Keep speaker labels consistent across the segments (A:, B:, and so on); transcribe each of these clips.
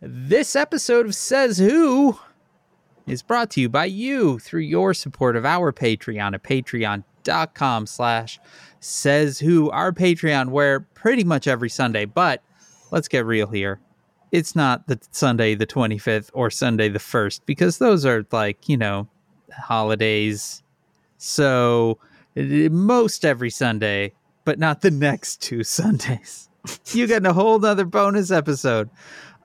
A: This episode of Says Who is brought to you by you through your support of our Patreon at patreon.com slash says who our Patreon where pretty much every Sunday, but let's get real here. It's not the Sunday the 25th or Sunday the 1st because those are like, you know, holidays. So eh, most every Sunday, but not the next two Sundays. you get a whole nother bonus episode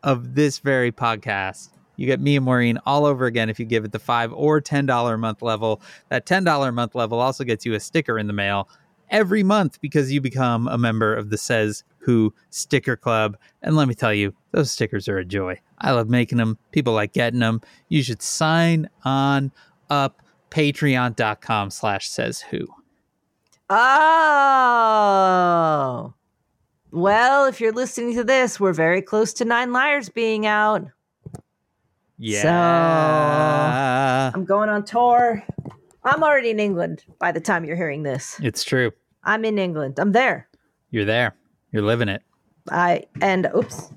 A: of this very podcast. You get me and Maureen all over again if you give it the five or ten dollar a month level. That ten dollar a month level also gets you a sticker in the mail every month because you become a member of the Says Who Sticker Club. And let me tell you, those stickers are a joy. I love making them. People like getting them. You should sign on up patreon.com slash says who.
B: Oh. Well, if you're listening to this, we're very close to Nine Liars being out.
A: Yeah.
B: I'm going on tour. I'm already in England by the time you're hearing this.
A: It's true.
B: I'm in England. I'm there.
A: You're there. You're living it.
B: I and oops.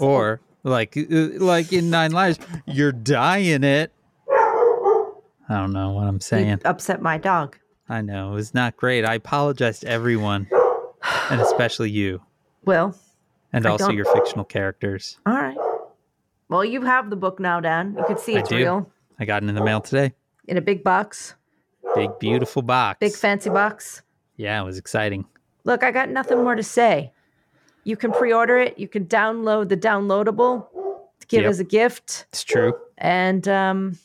A: Or like uh, like in Nine Lives, you're dying it. I don't know what I'm
B: you
A: saying.
B: upset my dog.
A: I know it was not great. I apologize to everyone, and especially you,
B: Well,
A: and
B: I
A: also
B: don't-
A: your fictional characters.
B: all right. Well, you have the book now, Dan. You could see
A: I
B: it's
A: do.
B: real
A: I got it in the mail today.
B: in a big box,
A: Big beautiful box.
B: big fancy box.
A: Yeah, it was exciting.
B: Look, I got nothing more to say. You can pre-order it. You can download the downloadable to give
A: Yep.
B: as a gift.
A: It's true.
B: And um,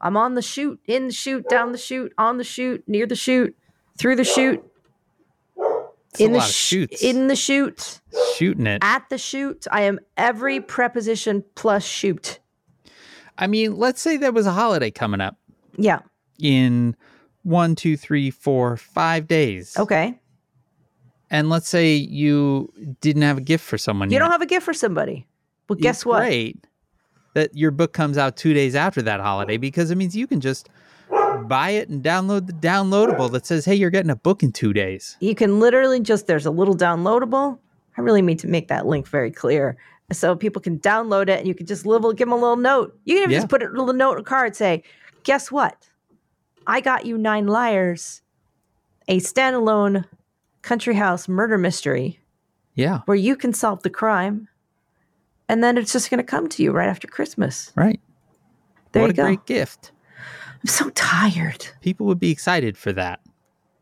B: I'm on the shoot, in the shoot, down the shoot, on the shoot, near the shoot, through the shoot,
A: It's
B: in
A: a
B: the
A: lot of
B: sh-
A: shoots.
B: in the shoot,
A: Shooting it.
B: at the shoot. I am every preposition plus shoot.
A: I mean, let's say there was a holiday coming up
B: Yeah.
A: in one, two, three, four, five days.
B: Okay.
A: And let's say you didn't have a gift for someone.
B: You
A: yet.
B: don't have a gift for somebody. Well,
A: It's
B: guess what?
A: Great that your book comes out two days after that holiday because it means you can just buy it and download the downloadable that says, "Hey, you're getting a book in two days."
B: You can literally just there's a little downloadable. I really need to make that link very clear so people can download it and you can just little give them a little note. You can even
A: Yeah.
B: just put a little note or card say, "Guess what? I got you Nine Liars, a standalone country house murder mystery
A: Yeah,
B: where you can solve the crime." And then it's just going to come to you right after Christmas.
A: right.
B: There
A: what
B: you
A: a
B: go.
A: great gift!
B: I'm so tired.
A: People would be excited for that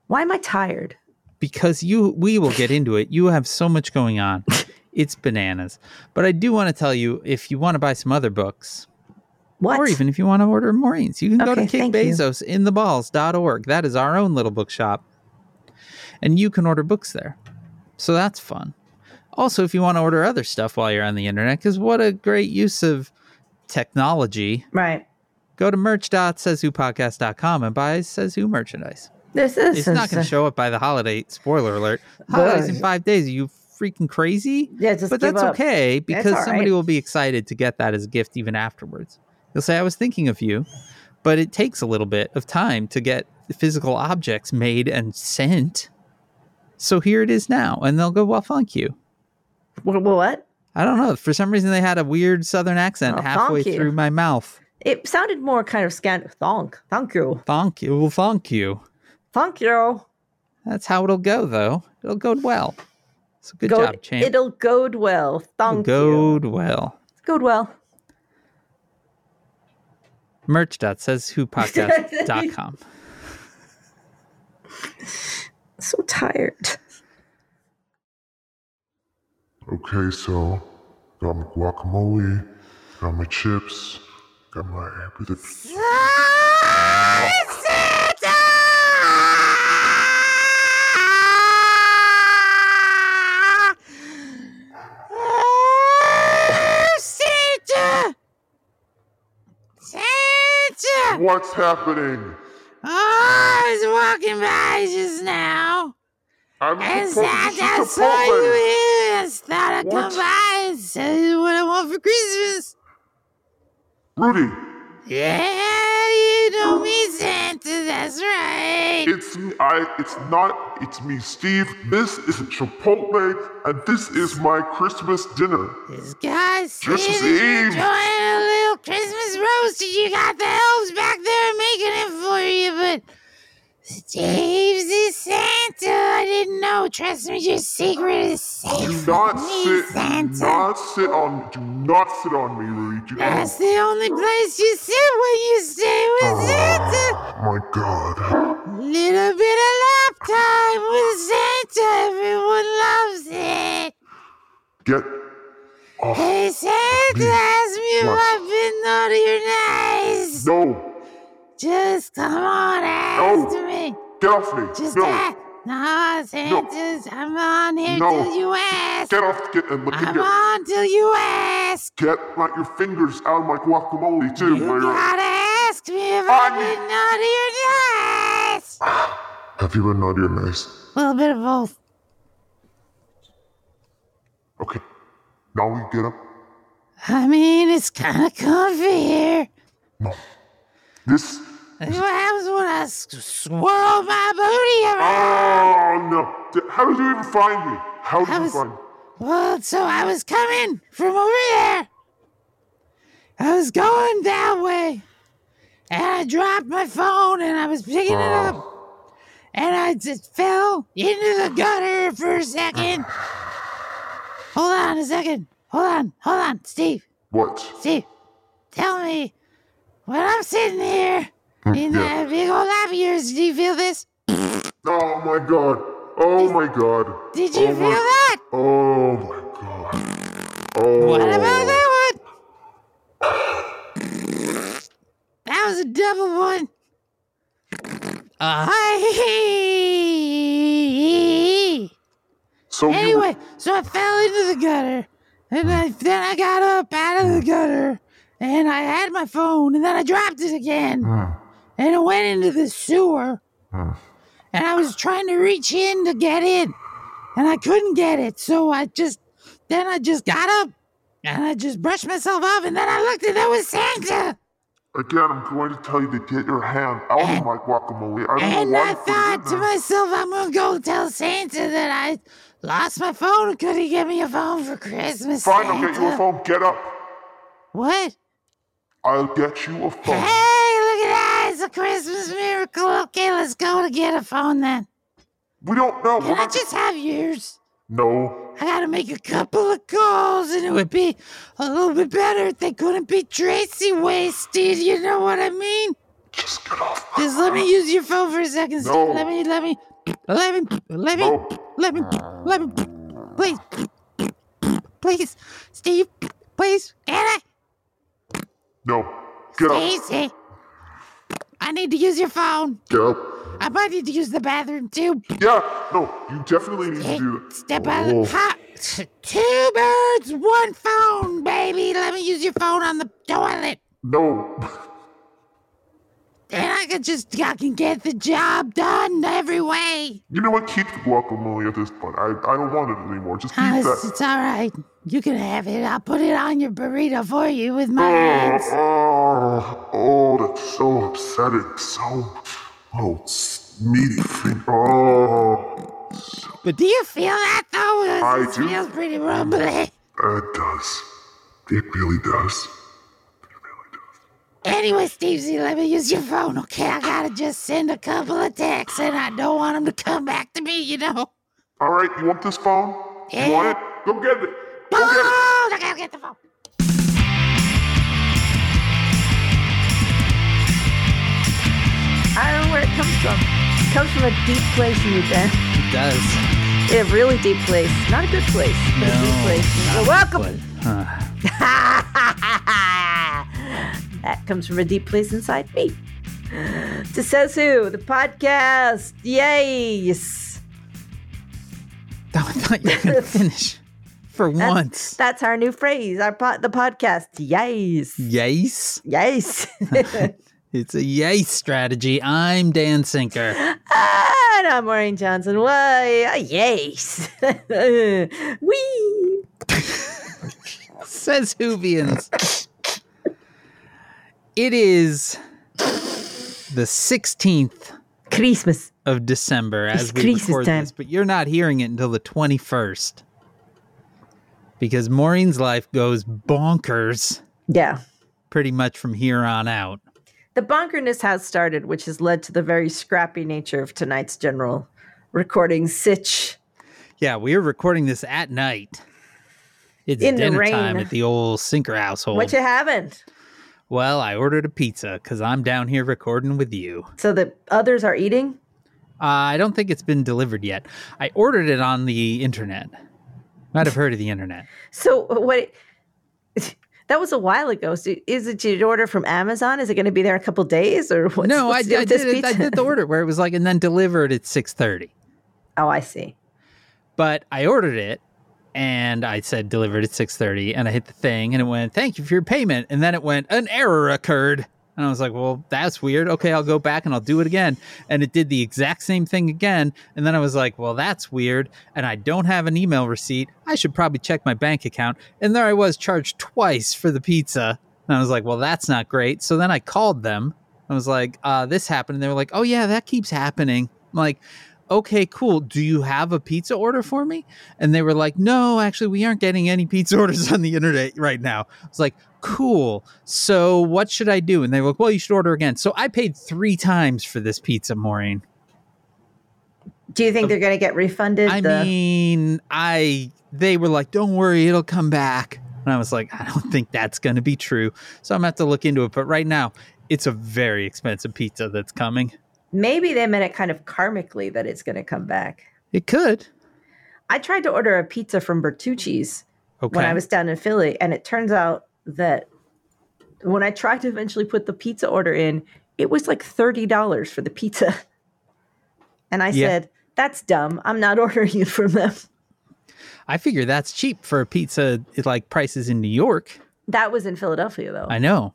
B: Why am I tired?
A: because you. We will get into it. You have so much going on. It's bananas. But I do want to tell you if you want to buy some other books,
B: What?
A: Or even if you want to order Maureen's, you can go to
B: Okay, thank you.
A: kickbezosintheballs.org. That is our own little bookshop. And you can order books there. So that's fun. Also, if you want to order other stuff while you're on the internet, because what a great use of technology,
B: right.
A: go to merch.sayswhopodcast.com and buy Says Who merchandise.
B: This is
A: It's not going to show up by the holiday. Spoiler alert. Holidays in five days. Are you freaking crazy?
B: Yeah, just
A: but
B: give
A: that's
B: up.
A: okay because
B: all
A: somebody
B: right.
A: will be excited to get that as a gift even afterwards. They'll say, I was thinking of you, but it takes a little bit of time to get the physical objects made and sent. So here it is now. And they'll go, Well, thank you.
B: Wh- What?
A: I don't know. For some reason, they had a weird southern accent
B: Oh,
A: halfway
B: thank you.
A: through my mouth.
B: It sounded more kind of scan. Thank, thank you,
A: Thank you. Well, thank you.
B: thank you.
A: That's how it'll go, though. It'll go well. So good
B: Go-
A: job, champ.
B: It'll goad well.
A: It'll
B: Thank
A: go
B: you.
A: well.
B: Goad well.
A: Merch.sayswhopodcast.com.
B: So tired.
C: Okay, so got my guacamole, got my chips, got my appetite. What's happening?
D: I was walking by just now,
C: I'm
D: and
C: supposed to
D: Santa
C: just
D: saw you
C: Chipotle.
D: here and thought I'd
C: What?
D: come by and said what I want for Christmas.
C: Rudy,
D: Yeah, you don't mean Santa, that's right.
C: It's I. It's not. It's me, Steve. This is Chipotle, and this is my Christmas dinner.
D: This guy Steve
C: Christmas
D: is enjoying
C: Eve.
D: a little Christmas roast, and you got the elves back there making it for you, but Steve's is Santa. I didn't know. Trust me, your secret is safe.
C: Do
D: with
C: not
D: me,
C: sit. Do
D: Santa.
C: not sit on. Do not sit on me, Rudy. Do not.
D: That's the only place you sit when you stay with Santa.
C: Oh my God.
D: Little bit of lap time with Santa. Everyone loves it.
C: Get. off.
D: Hey, Santa, ask me if
C: What?
D: I've been naughty or nice.
C: No.
D: Just come on, ask
C: No.
D: me.
C: Get off me.
D: Just
C: no.
D: ask. No, Santa's. I'm on here
C: No.
D: till you ask.
C: Get off. Get and look at
D: I'm
C: your.
D: on till you ask.
C: Get like your fingers out of my guacamole too.
D: You
C: Mario.
D: gotta ask me if I've been naughty or nice. A
C: Have you been naughty or nice?
D: little bit of both.
C: Okay. Now we get up.
D: I mean, it's kind of comfy here.
C: No. This.
D: What happens when I s- swirl my booty around?
C: Oh no! Th- How did you even find me? How did
D: I
C: you
D: was-
C: find me?
D: Well, so I was coming from over there. I was going that way. And I dropped my phone and I was picking it
C: Ah, Oh.
D: up. And I just fell into the gutter for a second. Hold on a second. Hold on. Hold on. Steve.
C: What?
D: Steve, tell me when I'm sitting here in
C: Yeah.
D: that big old lap of yours, do you feel this?
C: Oh my god! Oh my god!
D: Did you
C: oh my-
D: feel that?
C: Oh my god! Oh.
D: What about that one? That was a double one.
A: Uh,
D: I-
C: So
D: anyway, so I fell into the gutter, and I, then I got up out of the gutter, and I had my phone, and then I dropped it again, and it went into the sewer,
C: Hmm.
D: and I was trying to reach in to get it, and I couldn't get it, so I just then I just got up, and I just brushed myself off, and then I looked, and there was Santa,
C: you, again, I'm going to tell you to get your hand out of Oh, my guacamole. I don't know
D: and
C: why
D: I
C: you put it in
D: thought to
C: there.
D: myself, I'm gonna go tell Santa that I. Lost my phone. Could he get me a phone for Christmas?
C: Fine, I'll get you a
D: Santa?"
C: phone. Get up.
D: What?
C: I'll get you a
D: Hey, look
C: phone.
D: at that! It's a Christmas miracle. Okay, let's go to get a phone then.
C: We don't know.
D: Can
C: We're
D: I
C: not-
D: just have yours?
C: No.
D: I gotta make a couple of calls, and it would be a little bit better if they couldn't be Tracy wasted. You know what I mean?
C: Just get off.
D: Just let me use your phone for a second. Steve.
C: No.
D: Let me, let me, let me, let me,
C: No.
D: let me, let me, please, please, Steve, please, Anna.
C: No. Get up.
D: Stacy, I need to use your phone.
C: Get up.
D: I might need to use the bathroom too.
C: Yeah. No. You definitely need to
D: Hey,
C: do that.
D: Step out
C: Oh.
D: of the hop. Two birds, one phone, baby. Let me use your phone on the toilet.
C: No.
D: And I can just, I can get the job done every way.
C: You know what? Keep the guacamole at this point. I, I don't want it anymore. Just keep
D: Uh, it's,
C: that.
D: it's all right. You can have it. I'll put it on your burrito for you with my
C: Oh,
D: hands.
C: oh, oh, that's so upsetting. So, oh, s- meaty thing. Oh,
D: Do you feel that though?
C: I
D: It
C: do.
D: feels pretty rumbly.
C: it does. It really does.
D: Anyway, Steve Z, let me use your phone, okay? I gotta just send a couple of texts, and I don't want them to come back to me, you know.
C: All right, you want this phone? You want it? Go get it. Go get it.
D: Oh, I gotta get the phone.
B: I don't know where it comes from. It comes from a deep place in you, Ben.
A: it does.
B: A really deep place. Not a good place, but a deep
A: No,
B: place. So welcome.
A: But huh.
B: that comes from a deep place inside me. To Says Who, the podcast. Yes.
A: I thought you were gonna finish for
B: That's-
A: once.
B: That's our new phrase, our po- the podcast. Yes.
A: Yes,
B: Yes.
A: it's a yes strategy. I'm Dan Sinker.
B: and I'm Maureen Johnson. Why? uh, Yes. Wee.
A: Says Hoovians. It is the 16th
B: Christmas.
A: of December as
B: It's
A: we
B: Christmas
A: record
B: time.
A: this, but you're not hearing it until the 21st because Maureen's life goes bonkers
B: Yeah.
A: pretty much from here on out.
B: The bonkerness has started, which has led to the very scrappy nature of tonight's general recording sitch.
A: Yeah, we are recording this at night. It's
B: In the
A: dinner time
B: rain.
A: at the old Sinker household.
B: What you haven't?
A: well, I ordered a pizza because I'm down here recording with you.
B: So that others are eating?
A: Uh, I don't think it's been delivered yet. I ordered it on the internet. Might have heard of the internet.
B: So what? That was a while ago. So is it you order from Amazon? Is it going to be there in a couple days or what's,
A: no, I,
B: what's the deal
A: I
B: with
A: did
B: this
A: it, I
B: pizza?
A: did the order where it was like, and then delivered at six thirty.
B: Oh, I see.
A: But I ordered it, and I said delivered at six thirty, and I hit the thing, and it went, "Thank you for your payment," and then it went, "An error occurred." And I was like, well, that's weird. Okay, I'll go back and I'll do it again. And it did the exact same thing again. And then I was like, well, that's weird. And I don't have an email receipt. I should probably check my bank account. And there I was charged twice for the pizza. And I was like, well, that's not great. So then I called them. I was like, uh, this happened. And they were like, oh, yeah, that keeps happening. I'm like, okay, cool. Do you have a pizza order for me? And they were like, no, actually, we aren't getting any pizza orders on the internet right now. I was like, cool. So what should I do? And they were like, well, you should order again. So I paid three times for this pizza, Maureen.
B: Do you think they're going to get refunded?
A: I
B: the-
A: mean, I they were like, "Don't worry, it'll come back." And I was like, "I don't think that's going to be true." So I'm going to have to look into it, but right now, it's a very expensive pizza that's coming.
B: maybe they meant it kind of karmically that it's going to come back.
A: It could.
B: I tried to order a pizza from Bertucci's
A: Okay.
B: when I was down in Philly, and it turns out that when I tried to eventually put the pizza order in, it was like thirty dollars for the pizza, and I
A: Yeah.
B: said, "That's dumb. I'm not ordering it from them."
A: I figure that's cheap for a pizza it, like prices in New York.
B: That was in Philadelphia, though.
A: I know.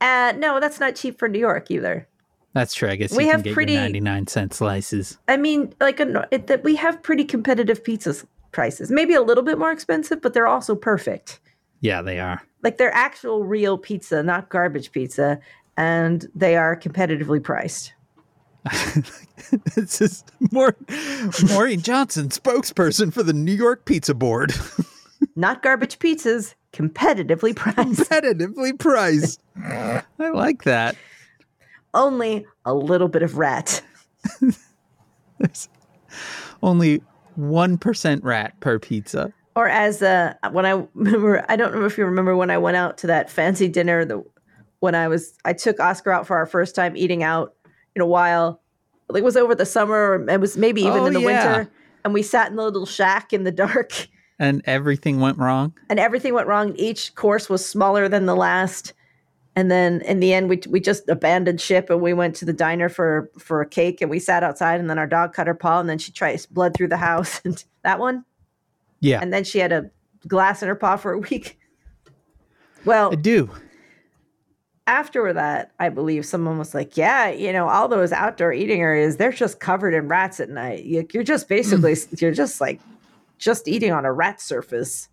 B: Uh, no, that's not cheap for New York either.
A: That's true. I guess
B: We
A: you
B: have
A: can get
B: pretty-
A: your 99 cent slices.
B: I mean, like a, nor- it, that we have pretty competitive pizza s- prices. Maybe a little bit more expensive, but they're also perfect.
A: Yeah, they are.
B: Like they're actual real pizza, not garbage pizza, and they are competitively priced.
A: this is Maur- Maureen Johnson, spokesperson for the New York Pizza Board.
B: Not garbage pizzas, competitively priced.
A: Competitively priced. I like that.
B: Only a little bit of rat.
A: There's only 1% rat per pizza.
B: Or as uh, when I remember, I don't know if you remember when I went out to that fancy dinner. The when I was, I took Oscar out for our first time eating out in a while. Like it was over the summer. or It was maybe even
A: Oh,
B: in the
A: yeah.
B: winter. And we sat in the little shack in the dark,
A: And everything went wrong.
B: and everything went wrong. Each course was smaller than the last. And then in the end, we we just abandoned ship and we went to the diner for for a cake. And we sat outside. And then our dog cut her paw. And then she traced blood through the house. And that one
A: Yeah,
B: and then she had a glass in her paw for a week. Well,
A: I do.
B: after that, I believe someone was like, "Yeah, you know, all those outdoor eating areas, they're just covered in rats at night. You- You're just basically you're just like just eating on a rat surface."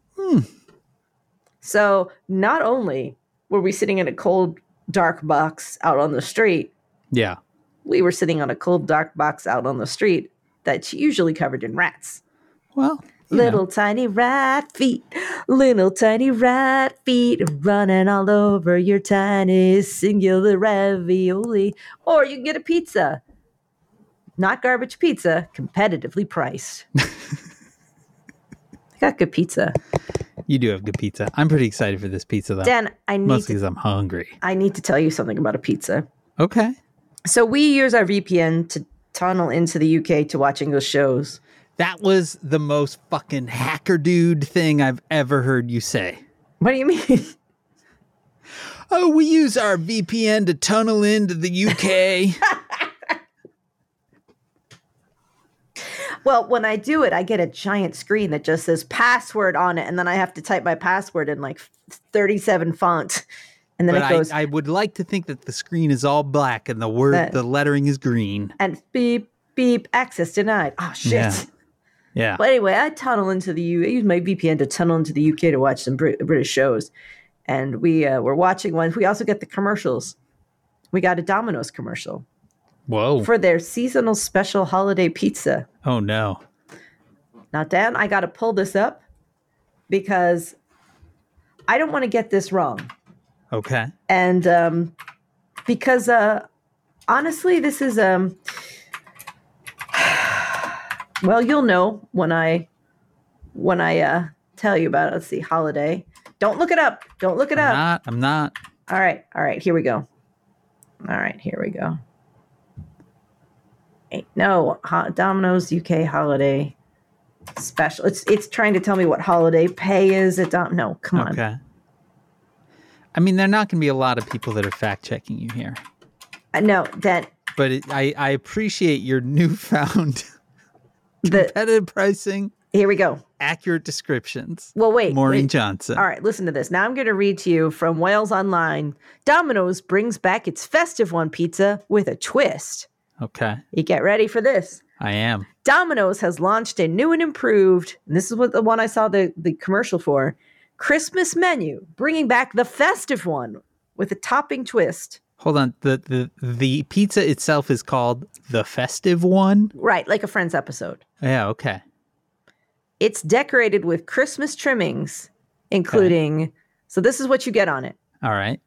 B: So, not only were we sitting in a cold dark box out on the street,
A: Yeah.
B: we were sitting on a cold dark box out on the street that's usually covered in rats.
A: Well, you know,
B: Little tiny rat feet, little tiny rat feet running all over your tiny singular ravioli. Or you can get a pizza. Not garbage pizza, competitively priced. I got good pizza.
A: you do have good pizza. I'm pretty excited for this pizza, though.
B: Dan, I need
A: Mostly
B: to,
A: because I'm hungry.
B: I need to tell you something about a pizza.
A: Okay.
B: So we use our VPN to tunnel into the UK to watch English shows.
A: That was the most fucking hacker dude thing I've ever heard you say.
B: What do you mean?
A: Oh, we use our VPN to tunnel into the UK.
B: Well, when I do it, I get a giant screen that just says password on it, and then I have to type my password in like 37 font, and then
A: but
B: it goes
A: I, I would like to think that the screen is all black and the word,
B: That-
A: the lettering is green.
B: and beep beep access denied. Oh shit!
A: Yeah. Yeah.
B: But anyway, I tunnel into the U. I use my VPN to tunnel into the UK to watch some Brit- British shows, and we uh, were watching one. We also get the commercials. we got a Domino's commercial
A: Whoa.
B: for their seasonal special holiday pizza.
A: oh no.
B: Now, Dan, I got to pull this up because I don't want to get this wrong.
A: Okay.
B: and um, because uh, honestly, this is um, well, you'll know when I when I uh, tell you about. It. Let's see, holiday. Don't look it up. Don't look it
A: I'm
B: up.
A: not. I'm not.
B: All right, all right. Here we go. All right, here we go. Hey, No, ho- Domino's UK holiday special. It's it's trying to tell me what holiday pay is at Dom. No, come on.
A: Okay. I mean, there are not going to be a lot of people that are fact checking you here,
B: Uh, No, that
A: but it, I, I appreciate your newfound
B: the
A: competitive pricing,
B: here we go.
A: accurate descriptions.
B: Well, wait.
A: Maureen
B: wait.
A: Johnson.
B: All right, listen to this. Now I'm going to read to you from Wales Online. Domino's brings back its festive one pizza with a twist.
A: Okay.
B: You get ready for this.
A: I am.
B: Domino's has launched a new and improved, and this is what the one I saw the, the commercial for, Christmas menu, bringing back the festive one with a topping twist.
A: Hold on. The, the the pizza itself is called the festive one.
B: Right, like a Friends episode.
A: Yeah. Okay.
B: It's decorated with Christmas trimmings, including, so this is what you get on it
A: All right.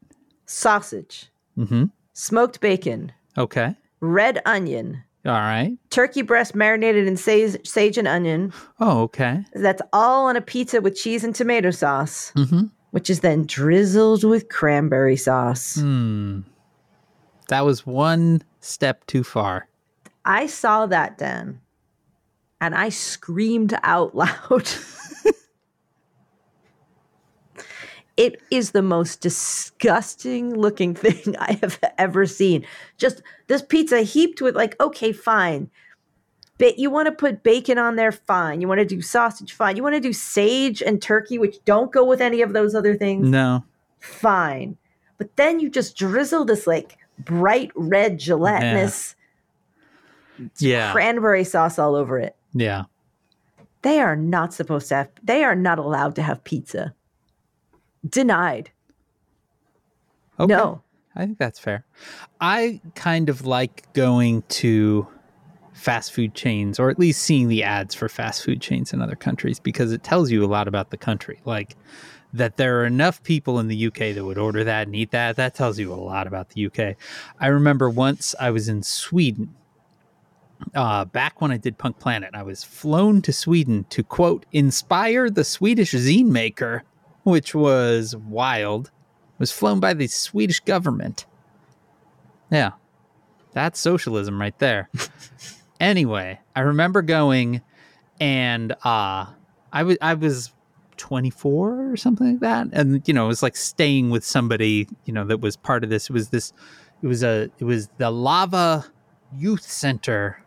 B: sausage,
A: Mm-hmm.
B: smoked bacon,
A: Okay.
B: red onion,
A: All right.
B: turkey breast marinated in sage, sage and onion.
A: Oh, okay.
B: That's all on a pizza with cheese and tomato sauce,
A: Mm-hmm.
B: which is then drizzled with cranberry sauce.
A: Hmm. That was one step too far.
B: I saw that, Dan, and I screamed out loud. it is the most disgusting looking thing I have ever seen. Just this pizza heaped with, like, okay, fine. But you want to put bacon on there, fine. You want to do sausage, fine. You want to do sage and turkey, which don't go with any of those other things,
A: No.
B: fine. But then you just drizzle this, like, bright red gelatinous
A: Yeah.
B: cranberry sauce all over it.
A: Yeah.
B: They are not supposed to have, they are not allowed to have pizza. Denied.
A: Okay.
B: No.
A: I think that's fair. I kind of like going to fast food chains or at least seeing the ads for fast food chains in other countries because it tells you a lot about the country. Like that there are enough people in the UK that would order that and eat that. That tells you a lot about the UK. I remember once I was in Sweden. Uh, back when I did Punk Planet, I was flown to Sweden to quote inspire the Swedish zine maker, which was wild was flown by the Swedish government. Yeah. That's socialism right there. anyway, I remember going and uh I was I was 24 or something like that and you know, it was like staying with somebody, you know, that was part of this it was this it was a it was the Lava Youth Center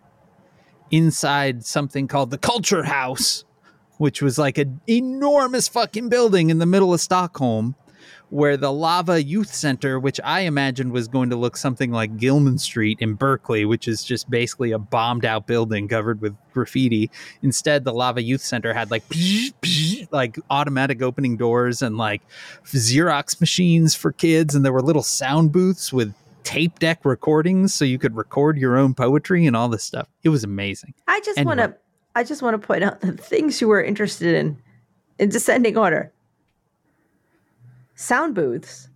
A: inside something called the Culture House, which was like an enormous fucking building in the middle of Stockholm where the Lava Youth Center, which I imagined was going to look something like Gilman Street in Berkeley, which is just basically a bombed out building covered with graffiti. Instead, the Lava Youth Center had like like automatic opening doors and like Xerox machines for kids, and there were little sound booths with tape deck recordings so you could record your own poetry and all this stuff. It was amazing.
B: I just
A: Anyway.
B: want to, I just want to point out the things you were interested in in descending order sound booths.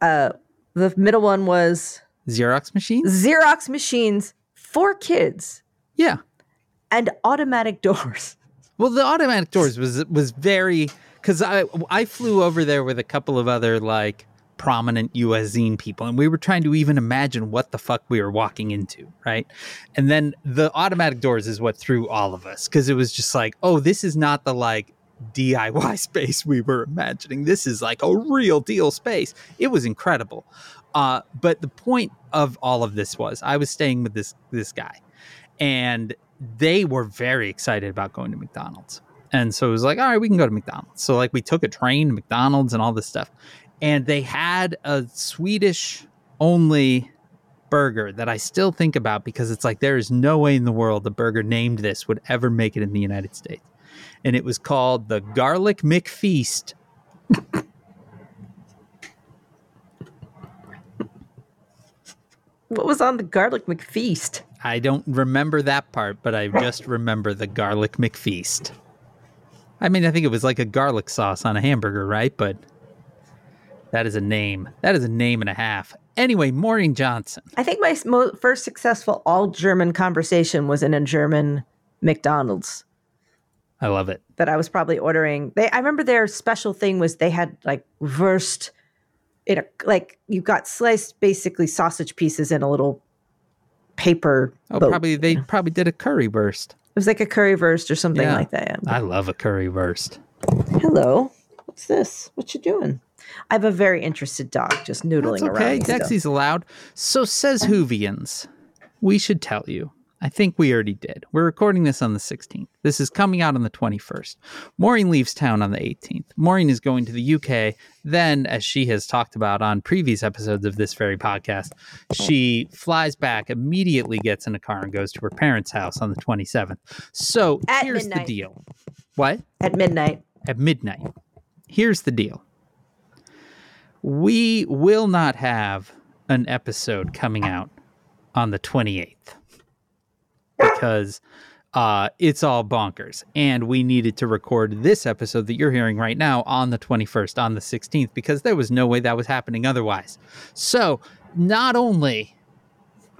B: Uh, the middle one was
A: Xerox machines?
B: Xerox machines for kids
A: Yeah.
B: and automatic doors.
A: Well, the automatic doors was was very because I I flew over there with a couple of other like prominent US zine people, and we were trying to even imagine what the fuck we were walking into, right? And then the automatic doors is what threw all of us because it was just like, oh, this is not the like DIY space we were imagining. This is like a real deal space. It was incredible. Uh, but the point of all of this was I was staying with this this guy, and they were very excited about going to McDonald's. And so it was like, all right, we can go to McDonald's. So like we took a train to McDonald's and all this stuff. And they had a Swedish only burger that I still think about because it's like there is no way in the world the burger named this would ever make it in the United States. And it was called the Garlic McFeast.
B: What was on the garlic McFeast?
A: I don't remember that part, but I just remember the garlic McFeast. I mean, I think it was like a garlic sauce on a hamburger, right? But that is a name. That is a name and a half. Anyway, Maureen Johnson.
B: I think my s- mo- first successful all German conversation was in a German McDonald's
A: I love it.
B: that I was probably ordering. They, I remember their special thing was they had like versed in a like you got sliced basically sausage pieces in a little paper.
A: Oh,
B: boat.
A: probably they probably did a curry burst.
B: it was like a curry verst or something
A: Yeah.
B: like that. yeah.
A: I love a curry burst.
B: Hello, what's this? What you doing? I have a very interested dog just noodling
A: That's okay.
B: around. still.
A: Dexy's allowed. So says Hoovians. We should tell you. I think we already did. We're recording this on the 16th. This is coming out on the 21st. Maureen leaves town on the 18th. Maureen is going to the UK. Then, as she has talked about on previous episodes of this very podcast, she flies back, immediately gets in a car, and goes to her parents' house on the 27th. So
B: At
A: here's
B: midnight.
A: the deal. What?
B: At midnight,
A: at midnight. Here's the deal we will not have an episode coming out on the 28th because uh, it's all bonkers. And we needed to record this episode that you're hearing right now on the 21st, on the 16th, because there was no way that was happening otherwise. So not only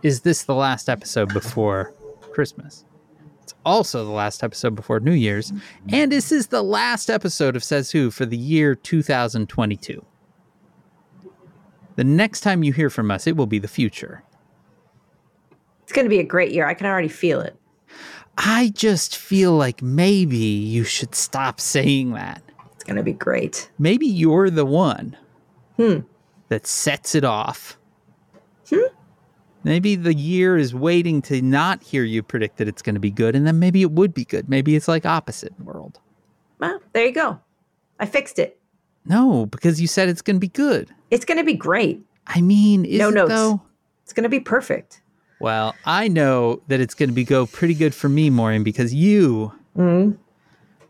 A: is this the last episode before Christmas, it's also the last episode before New Year's. And this is the last episode of Says Who for the year 2022. The next time you hear from us, it will be the future.
B: it's going to be a great year. I can already feel it.
A: I just feel like maybe you should stop saying that.
B: It's going to be great.
A: Maybe you're the one
B: Hmm.
A: that sets it off. Maybe the year is waiting to not hear you predict that it's going to be good, and then maybe it would be good. Maybe it's like opposite world.
B: Well, there you go. I fixed it.
A: No, because you said it's going to be good.
B: It's going to be great.
A: I mean, is
B: No
A: it
B: notes.
A: though?
B: It's going to be perfect.
A: Well, I know that it's going to be go pretty good for me, Maureen, because you
B: Mm.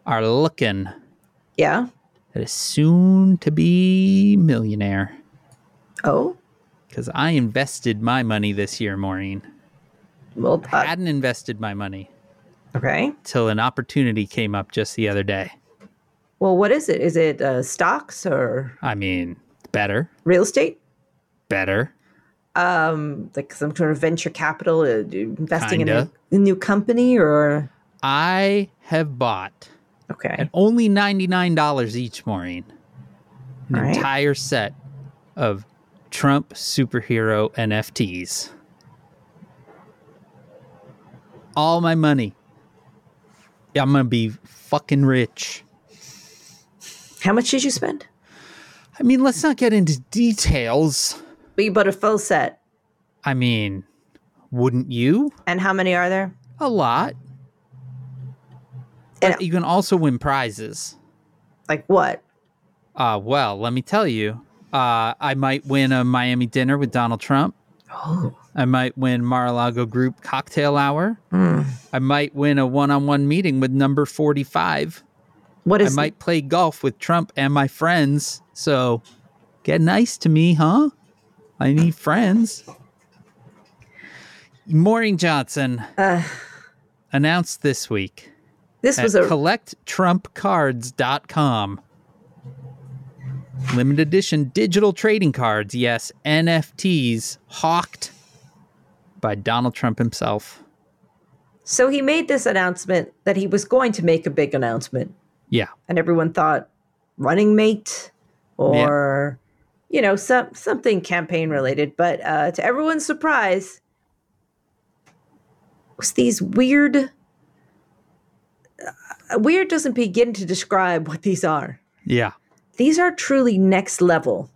A: are looking
B: Yeah.
A: at a soon-to-be millionaire.
B: Oh,
A: Because I invested my money this year, Maureen.
B: well,
A: I
B: uh,
A: hadn't invested my money
B: okay.
A: till an opportunity came up just the other day.
B: Well, what is it? Is it uh, stocks or
A: I mean, better,
B: real estate?
A: better.
B: Um, like some sort of venture capital, uh, investing in a,
A: Kinda.
B: a new company or
A: I have bought
B: okay.
A: at only $99 each, Maureen, an
B: Right.
A: entire set of Trump superhero NFTs. All my money. Yeah, I'm going to be fucking rich.
B: How much did you spend?
A: I mean, let's not get into details.
B: But you bought a full set.
A: I mean, wouldn't you?
B: And how many are there?
A: A lot.
B: And-
A: But you can also win prizes.
B: Like what?
A: Uh, well, let me tell you, uh, I might win a Miami dinner with Donald Trump.
B: Oh,
A: I might win Mar-a-Lago Group cocktail hour.
B: Mm.
A: I might win a one-on-one meeting with number 45.
B: what
A: I
B: is?
A: might play golf with Trump and my friends. So get nice to me, huh? I need friends. Maureen Johnson
B: Uh,
A: announced this week
B: this
A: at
B: was a
A: collecttrumpcards.com. Limited edition digital trading cards, yes, NFTs hawked by Donald Trump himself.
B: so he made this announcement that he was going to make a big announcement,
A: Yeah.
B: and everyone thought running mate or you know some something campaign related. But uh, to everyone's surprise, it was these weird. Uh, weird doesn't begin to describe what these are.
A: Yeah.
B: These are truly next level.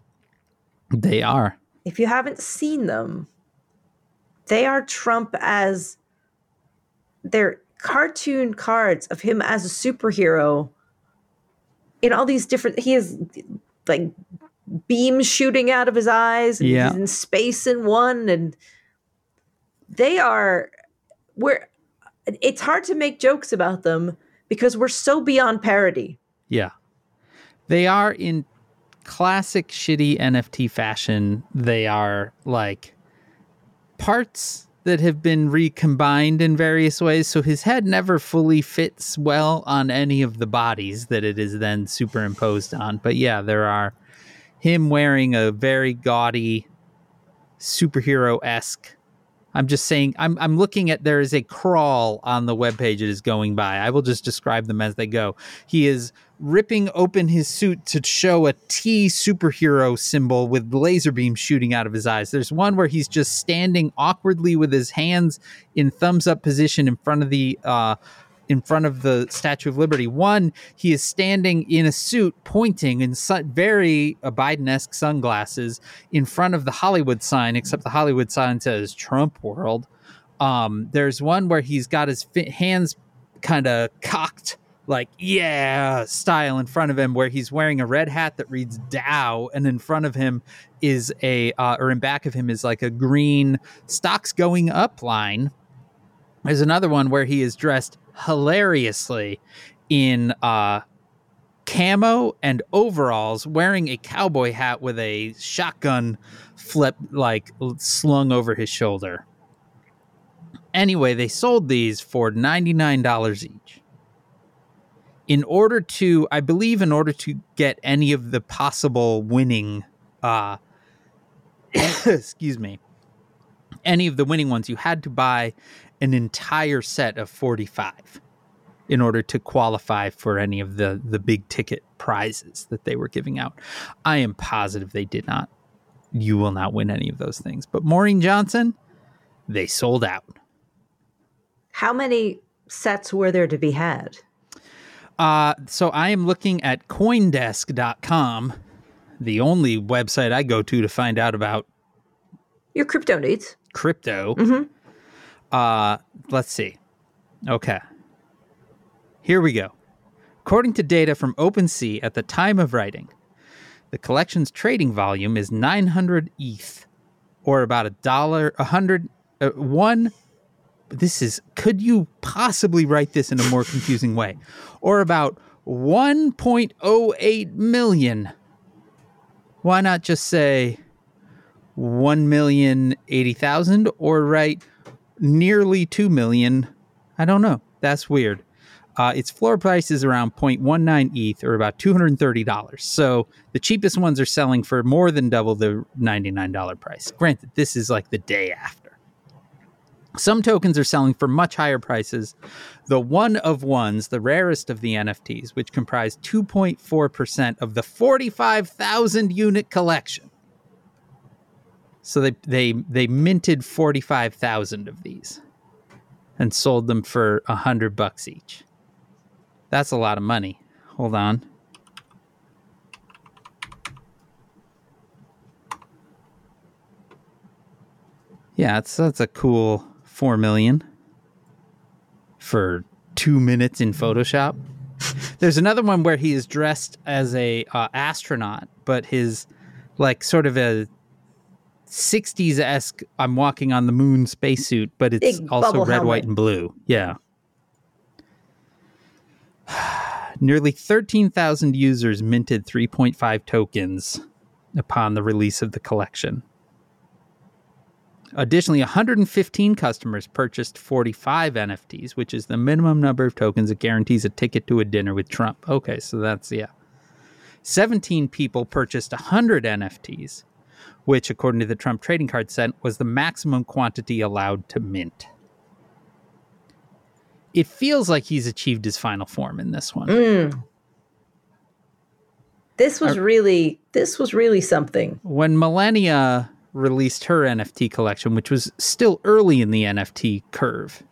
A: They are.
B: if you haven't seen them, they are Trump as they're cartoon cards of him as a superhero in all these different he has like beams shooting out of his eyes and
A: Yeah.
B: he's in space in one and they are we're it's hard to make jokes about them because we're so beyond parody.
A: Yeah. They are in classic shitty NFT fashion. They are like parts that have been recombined in various ways. So his head never fully fits well on any of the bodies that it is then superimposed on. But yeah, there are him wearing a very gaudy superhero esque. I'm just saying I'm I'm looking at there is a crawl on the webpage it is going by. I will just describe them as they go. He is ripping open his suit to show a T superhero symbol with laser beams shooting out of his eyes. There's one where he's just standing awkwardly with his hands in thumbs up position in front of the uh in front of the Statue of Liberty. One, he is standing in a suit, pointing in su- very uh, Biden-esque sunglasses in front of the Hollywood sign, except the Hollywood sign says Trump World. Um, there's one where he's got his fi- hands kind of cocked, like yeah, style in front of him, where he's wearing a red hat that reads Dow, and in front of him is a uh, or in back of him is like a green stocks going up line. There's another one where he is dressed hilariously in uh, camo and overalls, wearing a cowboy hat with a shotgun flip like l- slung over his shoulder. Anyway, they sold these for $99 each. In order to, I believe, in order to get any of the possible winning, uh, excuse me, any of the winning ones, you had to buy an entire set of 45 in order to qualify for any of the the big ticket prizes that they were giving out. I am positive they did not. You will not win any of those things. But Maureen Johnson, they sold out.
B: How many sets were there to be had?
A: Uh, so I am looking at coindesk.com, the only website I go to to find out about
B: Your crypto needs.
A: crypto.
B: Mhm.
A: Uh, let's see. Okay. Here we go. According to data from OpenSea at the time of writing, the collection's trading volume is 900 ETH, or about a dollar, a hundred, uh, one. This is, could you possibly write this in a more confusing way? Or about 1.08 million. Why not just say 1,080,000 or right nearly 2 million. I don't know. That's weird. Uh, its floor price is around 0.19 ETH E or about $230. So the cheapest ones are selling for more than double the $99 price. Granted, this is like the day after. Some tokens are selling for much higher prices. The one of ones, the rarest of the NFTs, which comprise 2.4% of the 45,000 unit collection. So they they they minted forty five thousand of these, and sold them for a hundred bucks each. That's a lot of money. Hold on. Yeah, it's that's a cool four million for two minutes in Photoshop. There's another one where he is dressed as a uh, astronaut, but his like sort of a 60s esque I'm walking on the moon spacesuit, but it's
B: Big
A: also
B: bubble
A: red, white,
B: helmet.
A: and blue. Yeah. Nearly 13,000 users minted 3.5 tokens upon the release of the collection. Additionally, 115 customers purchased 45 NFTs, which is the minimum number of tokens that guarantees a ticket to a dinner with Trump. Okay, so that's, yeah. 17 people purchased 100 NFTs, which, according to the Trump trading card set, was the maximum quantity allowed to mint. It feels like he's achieved his final form in this one.
B: Mm. This was really this was really something.
A: when Millennia released her NFT collection, which was still early in the NFT curve,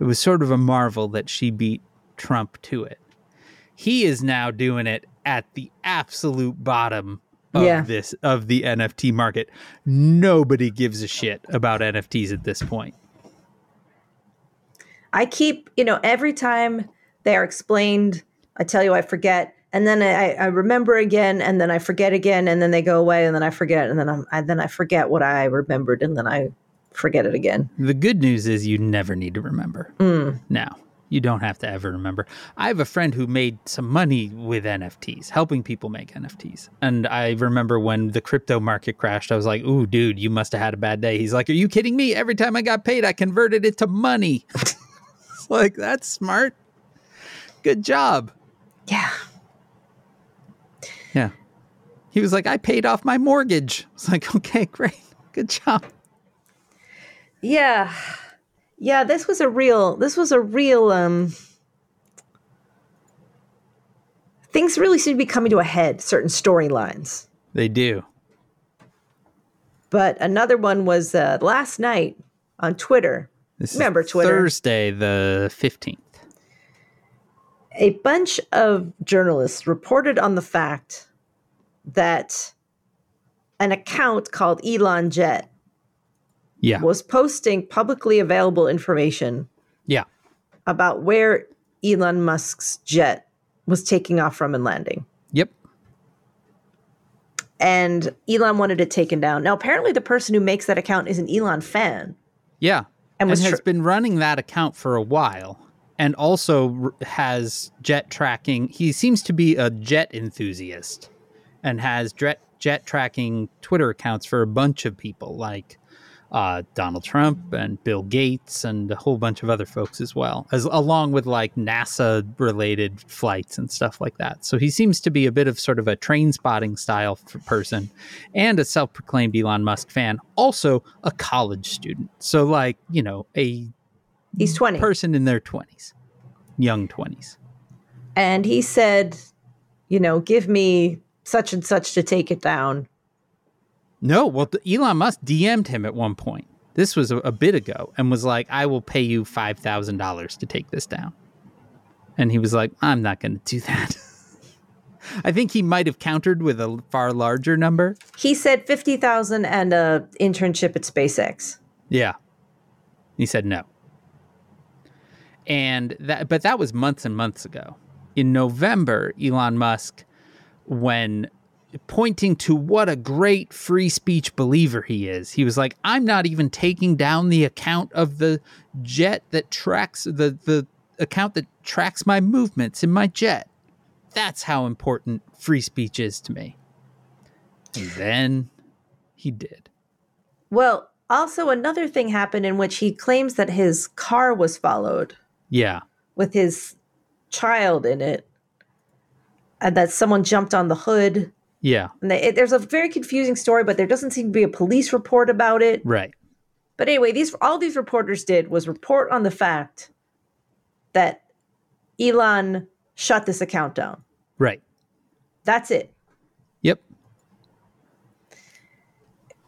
A: it was sort of a marvel that she beat Trump to it. He is now doing it at the absolute bottom of
B: Yeah.
A: this of the NFT market. Nobody gives a shit about NFTs at this point.
B: I keep, you know, every time they are explained, I tell you I forget, and then I, I remember again, and then I forget again, and then they go away, and then I forget, and then I'm, I, then I forget what I remembered, and then I forget it again. Mm.
A: The good news is you never need to remember. Now, You don't have to ever remember. I have a friend who made some money with NFTs, helping people make NFTs. And I remember when the crypto market crashed, I was like, ooh, dude, you must have had a bad day. He's like, are you kidding me? Every time I got paid, I converted it to money. it's like, that's smart. Good job.
B: Yeah.
A: Yeah. He was like, I paid off my mortgage. It's like, okay, great. Good job.
B: Yeah. Yeah, this was a real this was a real um things really seem to be coming to a head, certain storylines.
A: They do.
B: But another one was uh, last night on Twitter.
A: This
B: Remember
A: is
B: Twitter.
A: Thursday, the 15th.
B: a bunch of journalists reported on the fact that an account called Elon Jet
A: Yeah.
B: was posting publicly available information
A: Yeah.
B: about where Elon Musk's jet was taking off from and landing.
A: Yep.
B: And Elon wanted it taken down. Now, apparently, the person who makes that account is an Elon fan.
A: Yeah.
B: And
A: And,
B: was
A: has
B: tr-
A: been running that account for a while and also r- has jet tracking. He seems to be a jet enthusiast and has jet, jet tracking Twitter accounts for a bunch of people like uh, Donald Trump and Bill Gates and a whole bunch of other folks as well, as along with like NASA related flights and stuff like that. So he seems to be a bit of sort of a train spotting style f- person and a self proclaimed Elon Musk fan, also a college student. So, like, you know, a
B: He's 20.
A: person in their 20s, young 20s.
B: and he said, you know, give me such and such to take it down.
A: No, well, th- Elon Musk DM'd him at one point. This was a, a bit ago and was like, I will pay you $5,000 to take this down. And he was like, I'm not going to do that. I think he might have countered with a l- far larger number.
B: He said 50,000 and a internship at SpaceX.
A: Yeah. He said no. And that but that was months and months ago. In November, Elon Musk when pointing to what a great free speech believer he is, he was like, "I'm not even taking down the account of the jet that tracks the the account that tracks my movements in my jet." That's how important free speech is to me. And then he did.
B: Well, also another thing happened in which he claims that his car was followed
A: Yeah.
B: with his child in it and that someone jumped on the hood.
A: Yeah.
B: And they, it, there's a very confusing story, but there doesn't seem to be a police report about it.
A: Right.
B: But anyway, these all these reporters did was report on the fact that Elon shut this account down.
A: Right.
B: That's it.
A: Yep.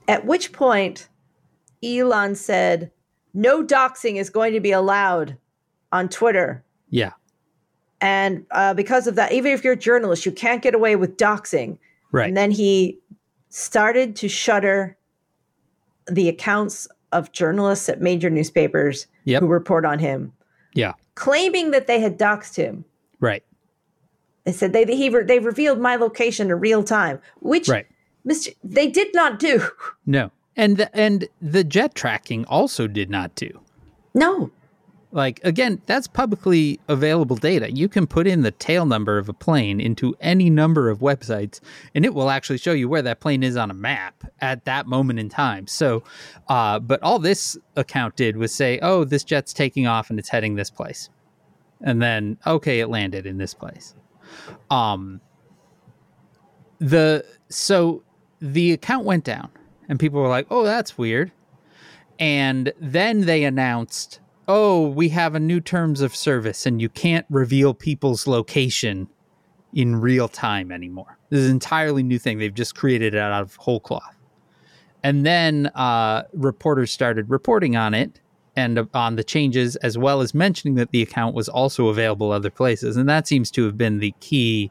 B: At which point, Elon said, "No doxing is going to be allowed on Twitter."
A: Yeah.
B: And uh, because of that, even if you're a journalist, you can't get away with doxing.
A: Right.
B: And then he started to shutter the accounts of journalists at major newspapers
A: Yep.
B: who report on him,
A: yeah.
B: claiming that they had doxed him.
A: Right.
B: They said they he re- they revealed my location in real time, which
A: Right.
B: Mr. They did not do.
A: No. And the, and the jet tracking also did not do.
B: No,
A: Like again, that's publicly available data. You can put in the tail number of a plane into any number of websites, and it will actually show you where that plane is on a map at that moment in time. So, uh, but all this account did was say, "Oh, this jet's taking off and it's heading this place," and then okay, it landed in this place. Um, the so the account went down, and people were like, "Oh, that's weird." And then they announced, oh, we have a new terms of service and you can't reveal people's location in real time anymore. This is an entirely new thing. They've just created it out of whole cloth. And then uh, reporters started reporting on it and uh, on the changes, as well as mentioning that the account was also available other places. And that seems to have been the key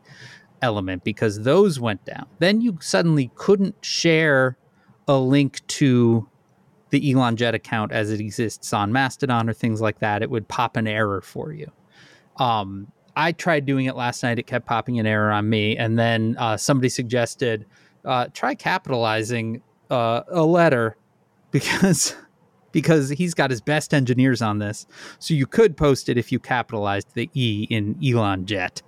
A: element because those went down. Then you suddenly couldn't share a link to the Elon Jet account as it exists on Mastodon or things like that, it would pop an error for you. Um, I tried doing it last night. It kept popping an error on me. And then uh, somebody suggested uh, try capitalizing uh, a letter because because he's got his best engineers on this. So you could post it if you capitalized the E in Elon Jet.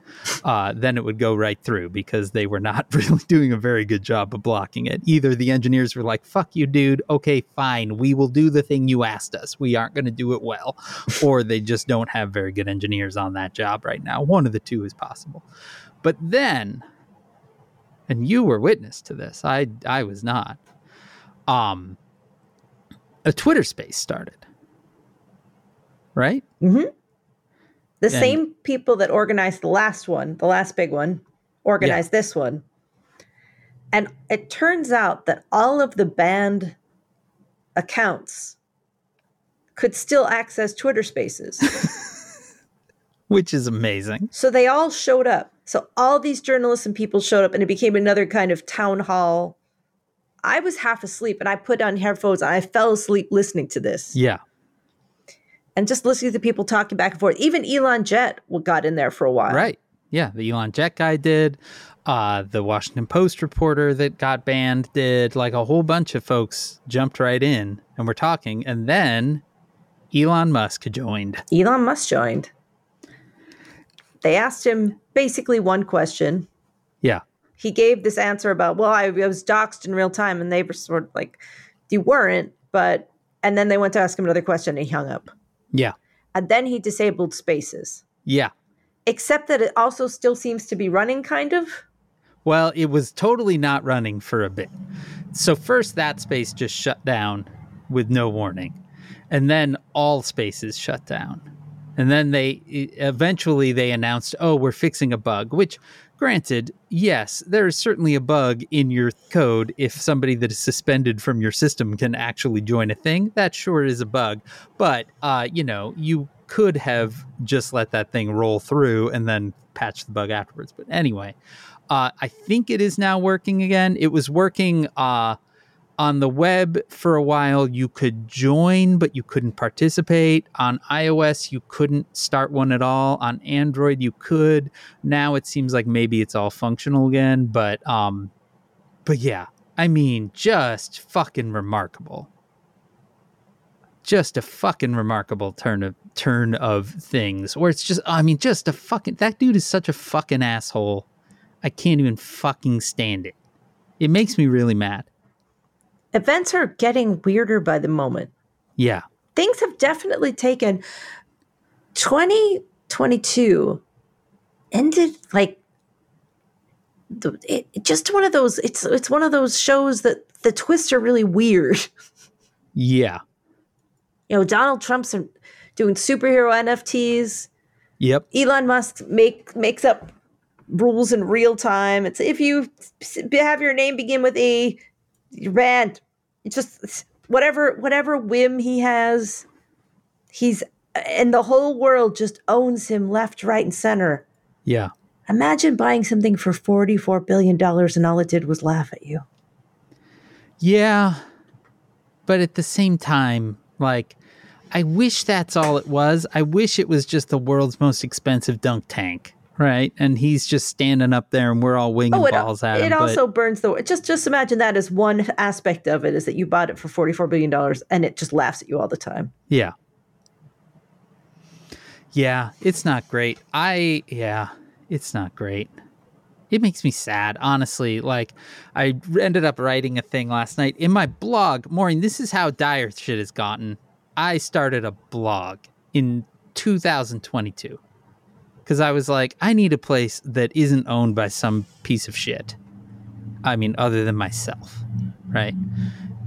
A: Uh, then it would go right through because they were not really doing a very good job of blocking it. Either the engineers were like, fuck you, dude. Okay, fine. We will do the thing you asked us. We aren't going to do it well. or they just don't have very good engineers on that job right now. One of the two is possible. But then, and you were witness to this, I, I was not. Um, a Twitter space started. Right?
B: hmm The
A: And-
B: same people that organized the last one, the last big one, organized this one. And it turns out that all of the banned accounts could still access Twitter spaces.
A: Which is amazing.
B: so they all showed up. So all these journalists and people showed up, and it became another kind of town hall. I was half asleep and I put on headphones and I fell asleep listening to this.
A: Yeah.
B: And just listening to people talking back and forth. Even Elon Jet got in there for a while.
A: Right. Yeah. The Elon Jet guy did. Uh, the Washington Post reporter that got banned did. Like a whole bunch of folks jumped right in and were talking. And then Elon Musk joined.
B: Elon Musk joined. They asked him basically one question.
A: Yeah.
B: He gave this answer about, well, I, I was doxxed in real time, and they were sort of like, you weren't, but. And then they went to ask him another question, and he hung up.
A: Yeah.
B: And then he disabled spaces,
A: Yeah.
B: except that it also still seems to be running, kind of.
A: Well, it was totally not running for a bit. So, first, that space just shut down with no warning. And then all spaces shut down. And then they e, eventually they announced, "Oh, we're fixing a bug." Which, granted, yes, there is certainly a bug in your code if somebody that is suspended from your system can actually join a thing. That sure is a bug, but uh, you know, you could have just let that thing roll through and then patch the bug afterwards. But anyway, uh, I think it is now working again. It was working uh, on the web for a while. You could join, but you couldn't participate. On iOS, you couldn't start one at all. On Android, you could. Now it seems like maybe it's all functional again. But um, but yeah, I mean, just fucking remarkable. Just a fucking remarkable turn of turn of things, where it's just I mean, just a fucking that dude is such a fucking asshole. I can't even fucking stand it. It makes me really mad.
B: Events are getting weirder by the moment.
A: Yeah.
B: Things have definitely taken 2022 ended like the, it, it- just one of those it's it's one of those shows that the twists are really weird.
A: Yeah.
B: You know, Donald Trump's doing superhero NFTs.
A: Yep.
B: Elon Musk make makes up rules in real time. It's if you s- have your name begin with E, you're banned. It's just whatever whatever whim he has, he's and the whole world just owns him left, right, and center.
A: Yeah.
B: Imagine buying something for forty-four billion dollars and all it did was laugh at you.
A: Yeah. But at the same time, like, I wish that's all it was. I wish it was just the world's most expensive dunk tank, right? And he's just standing up there and we're all winging
B: Oh, it,
A: balls at him.
B: it
A: but-
B: also burns the just just imagine that as one aspect of it is that you bought it for forty-four billion dollars and it just laughs at you all the time.
A: Yeah. Yeah, it's not great. I yeah, it's not great. It makes me sad, honestly. Like I ended up writing a thing last night in my blog. Maureen, this is how dire shit has gotten. I started a blog in 2022 cuz I was like, I need a place that isn't owned by some piece of shit. I mean, other than myself, right?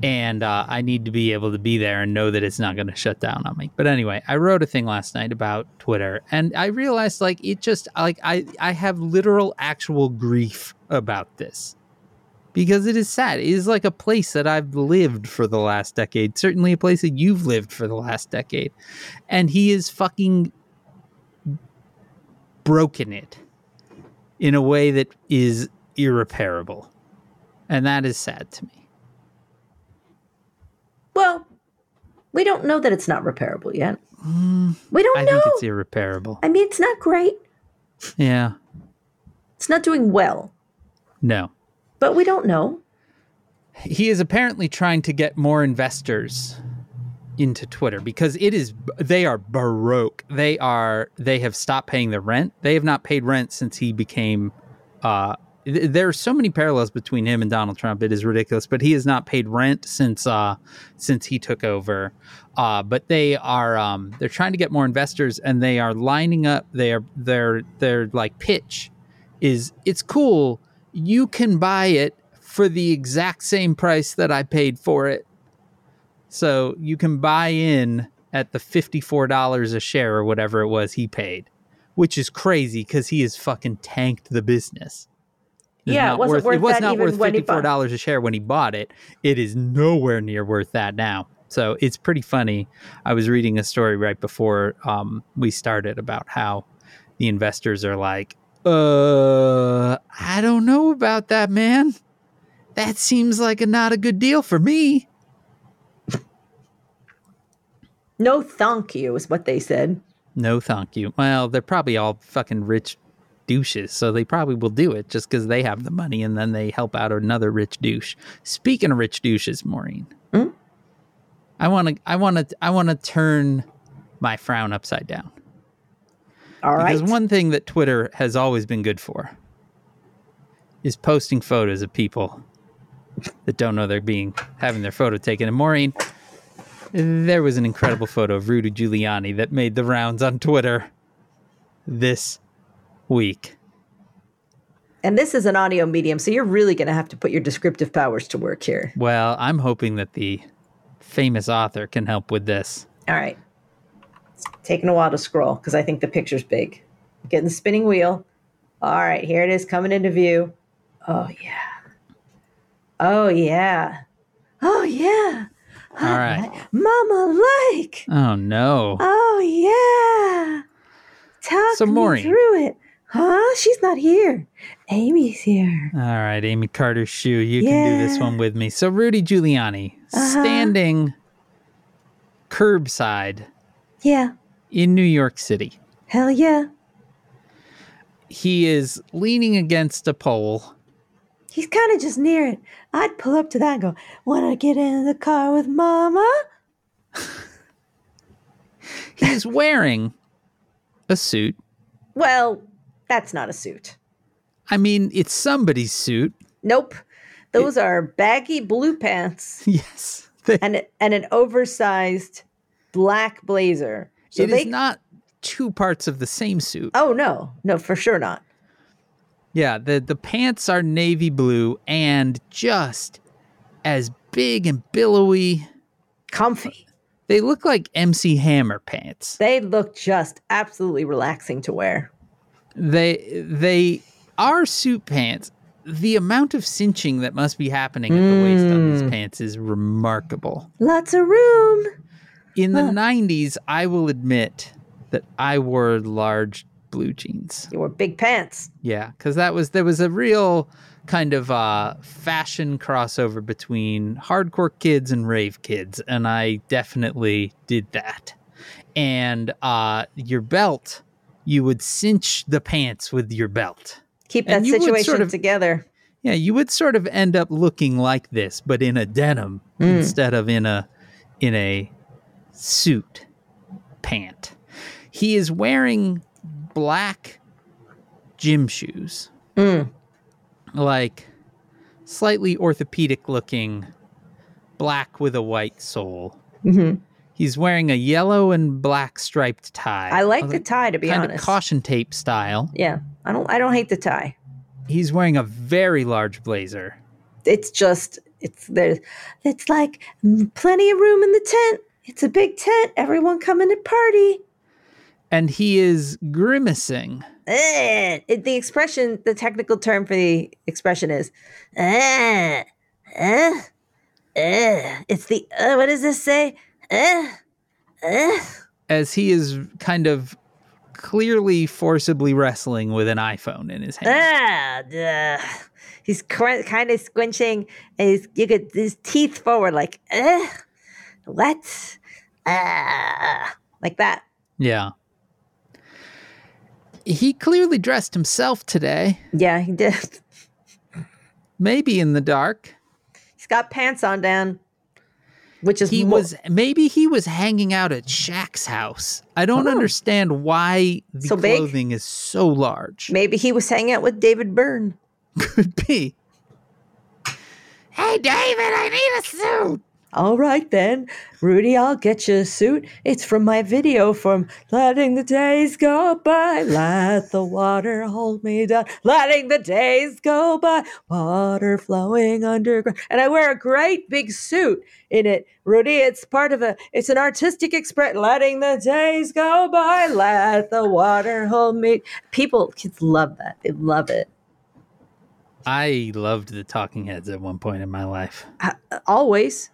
A: and uh, I need to be able to be there and know that it's not going to shut down on me. But anyway, I wrote a thing last night about Twitter, and I realized like it just like I I have literal actual grief about this because it is sad. It is like a place that I've lived for the last decade, certainly a place that you've lived for the last decade, and he is fucking broken it in a way that is irreparable, and that is sad to me.
B: Well, we don't know that it's not repairable yet. we don't
A: I
B: know.
A: think it's irreparable.
B: I mean, it's not great.
A: Yeah.
B: It's not doing well,
A: No.
B: but we don't know.
A: He is apparently trying to get more investors into Twitter because it is they are baroque. They are they have stopped paying the rent. They have not paid rent since he became. Uh, th- there are so many parallels between him and Donald Trump. It is ridiculous, but he has not paid rent since uh, since he took over. Uh, but they are um, they're trying to get more investors, and they are lining up. They are their their like pitch is it's cool. You can buy it for the exact same price that I paid for it. So you can buy in at the $54 a share or whatever it was he paid, which is crazy because he has fucking tanked the business. It's
B: Yeah, it
A: not
B: wasn't worth
A: it was
B: that
A: not
B: even
A: worth
B: when he bought-
A: $54 a share when he bought it. It is nowhere near worth that now. So it's pretty funny. I was reading a story right before um, we started about how the investors are like, uh, I don't know about that, man. That seems like a not a good deal for me.
B: No, thank you is what they said.
A: No, thank you. Well, they're probably all fucking rich douches, so they probably will do it just because they have the money and then they help out another rich douche. Speaking of rich douches, Maureen,
B: Hmm?
A: I want to, I want to, I want to turn my frown upside down
B: All right.
A: because one thing that Twitter has always been good for is posting photos of people that don't know they're being having their photo taken. And Maureen, there was an incredible photo of Rudy Giuliani that made the rounds on Twitter this week.
B: and this is an audio medium, so you're really going to have to put your descriptive powers to work here.
A: Well, I'm hoping that the famous author can help with this.
B: All right. It's taking a while to scroll because I think the picture's big. Getting the spinning wheel. All right, here it is coming into view. Oh, yeah. Oh, yeah. Oh, yeah.
A: All right.
B: Mama like.
A: Oh no.
B: Oh, yeah. Talk
A: So, Maureen-
B: me through it. Huh? She's not here. Amy's here.
A: All right, Amy Carter Shoe, you can do this
B: Yeah.
A: one with me. So Rudy Giuliani
B: Uh-huh.
A: standing curbside
B: Yeah.
A: in New York City.
B: Hell yeah.
A: He is leaning against a pole.
B: He's kind of just near it. I'd pull up to that and go, Want to get in the car with Mama?
A: He's wearing a suit.
B: Well, that's not a suit.
A: I mean, it's somebody's suit.
B: Nope. Those are baggy blue pants
A: Yes. They-
B: and, and an oversized black blazer. So
A: it
B: they.
A: is not two parts of the same suit.
B: oh, no. No, for sure not.
A: Yeah, the the pants are navy blue and just as big and billowy.
B: Comfy.
A: They look like MC Hammer pants.
B: They look just absolutely relaxing to wear.
A: they they are suit pants. The amount of cinching that must be happening at the waist on
B: Hmm.
A: these pants is remarkable.
B: Lots of room.
A: In the '90s, I will admit that I wore large blue jeans.
B: You wore big pants.
A: Yeah, because that was there was a real kind of uh, fashion crossover between hardcore kids and rave kids, and I definitely did that. And uh, your belt, you would cinch the pants with your belt.
B: Keep that
A: And you would
B: situation
A: sort of-
B: together.
A: Yeah, you would sort of end up looking like this, but in a denim
B: Hmm.
A: instead of in a in a suit pant. He is wearing black gym shoes.
B: Mm,
A: Like slightly orthopedic looking black with a white sole.
B: mm-hmm.
A: He's wearing a yellow and black striped tie.
B: I like the tie, to be
A: kind
B: honest.
A: of caution tape style.
B: yeah, I don't. I don't hate the tie.
A: He's wearing a very large blazer.
B: it's just it's there's it's like plenty of room in the tent it's a big tent everyone coming to party
A: and he is grimacing.
B: Eh. It- the expression the technical term for the expression is eh, eh, eh. it's the uh, what does this say eh, eh.
A: as he is kind of clearly forcibly wrestling with an iPhone in his hand.
B: Ah, duh. He's kind of squinching, and his, you could his teeth forward, like, eh, what, ah, like that.
A: Yeah. He clearly dressed himself today,
B: Yeah, he did.
A: maybe in the dark.
B: He's got pants on down. which is
A: He
B: mo-
A: was maybe he was hanging out at Shaq's house. I don't understand why the
B: Oh. So big?
A: clothing is so large.
B: maybe he was hanging out with David Byrne.
A: Could be.
D: Hey, David, I need a suit.
B: All right then, Rudy, I'll get you a suit. It's from my video from Letting the Days Go By. Let the water hold me down. Letting the days go by. Water flowing underground. And I wear a great big suit in it. Rudy, it's part of a it's an artistic express letting the days go by. Let the water hold me. People kids love that. They love it.
A: I loved the Talking Heads at one point in my life.
B: Uh, Always.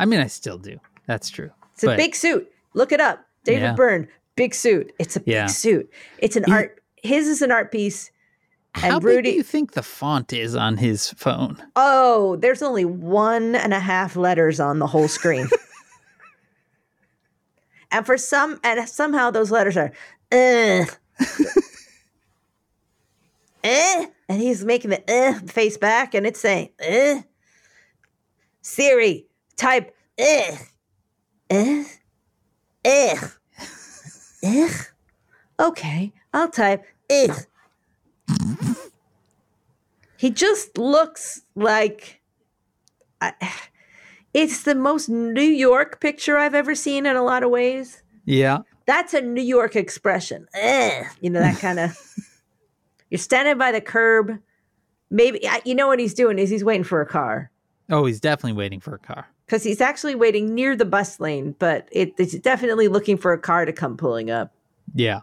A: I mean, I still do. That's true.
B: It's a
A: But
B: big suit. Look it up. David
A: Yeah.
B: Byrne, big suit. It's a
A: Yeah.
B: big suit. It's an art. His is an art piece.
A: How
B: and
A: big
B: Rudy-
A: do you think the font is on his phone?
B: Oh, there's only one and a half letters on the whole screen. and for some, and somehow those letters are, eh. eh. And he's making the eh face back and it's saying, eh. Siri, type, eh. Eh. Eh. Eh. Okay, I'll type, eh. He just looks like I, it's the most New York picture I've ever seen in a lot of ways.
A: Yeah.
B: That's a New York expression. Ugh. You know, that kind of. You're standing by the curb. Maybe, I- you know what he's doing is he's waiting for a car
A: Oh, he's definitely waiting for a car.
B: because he's actually waiting near the bus lane, but it, it's definitely looking for a car to come pulling up.
A: Yeah.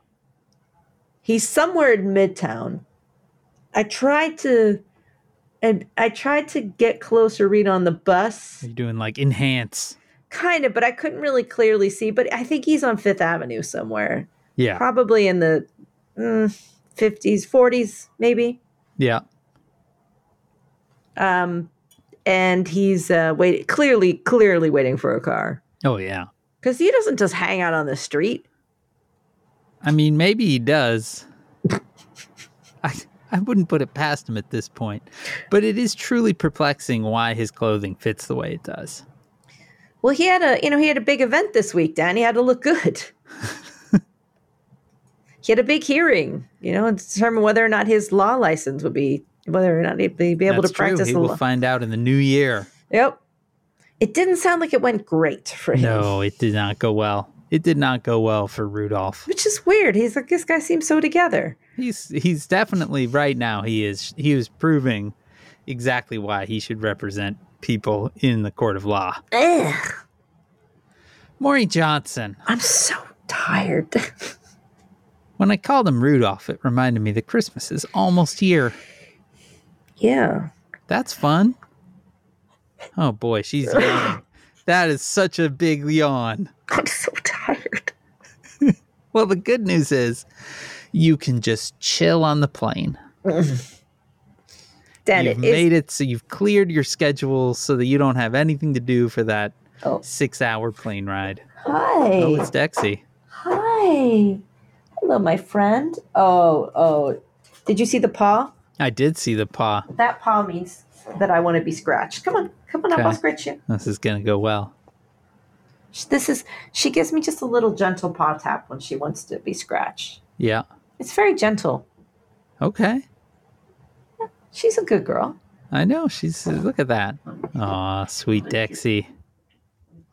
B: He's somewhere in Midtown. I tried to. And I tried to get closer read on the bus.
A: You're doing like enhance.
B: kind of but i couldn't really clearly see but i think he's on fifth avenue somewhere
A: Yeah.
B: probably in the mm, 50s 40s maybe
A: Yeah.
B: um, and he's uh, wait, clearly clearly waiting for a car
A: Oh, yeah.
B: because he doesn't just hang out on the street
A: I mean, maybe he does. I, I wouldn't put it past him at this point, but it is truly perplexing why his clothing fits the way it does.
B: well he had a you know he had a big event this week dan he had to look good he had a big hearing you know and determine whether or not his law license would be whether or not he'd be be able
A: That's
B: to practice
A: true. He
B: the
A: will
B: law
A: find out in the new year.
B: yep it didn't sound like it went great for him
A: No, it did not go well. It did not go well for Rudolph.
B: which is weird. He's like, this guy seems so together.
A: He's he's definitely right now. He is he is proving exactly why he should represent people in the court of law.
B: Ugh,
A: Maury Johnson.
B: I'm so tired.
A: When I called him Rudolph, it reminded me that Christmas is almost here.
B: yeah.
A: That's fun. Oh boy, she's yawning. That is such a big yawn.
B: I'm so tired.
A: Well, the good news is you can just chill on the plane.
B: Dan,
A: you've
B: it
A: made
B: is.
A: it so you've cleared your schedule so that you don't have anything to do for that
B: Oh.
A: six hour plane ride. Oh,
B: Hi.
A: it's Dexy.
B: Hi. Hello, my friend. Oh, oh. Did you see the paw?
A: I did see the paw.
B: That paw means that I want to be scratched. Come on. Come on up. I'll
A: Okay.
B: scratch you.
A: This is going to go well.
B: This is, she gives me just a little gentle paw tap when she wants to be scratched.
A: Yeah.
B: It's very gentle.
A: Okay.
B: She's a good girl.
A: I know. She's, look at that. Aw, sweet Dexy.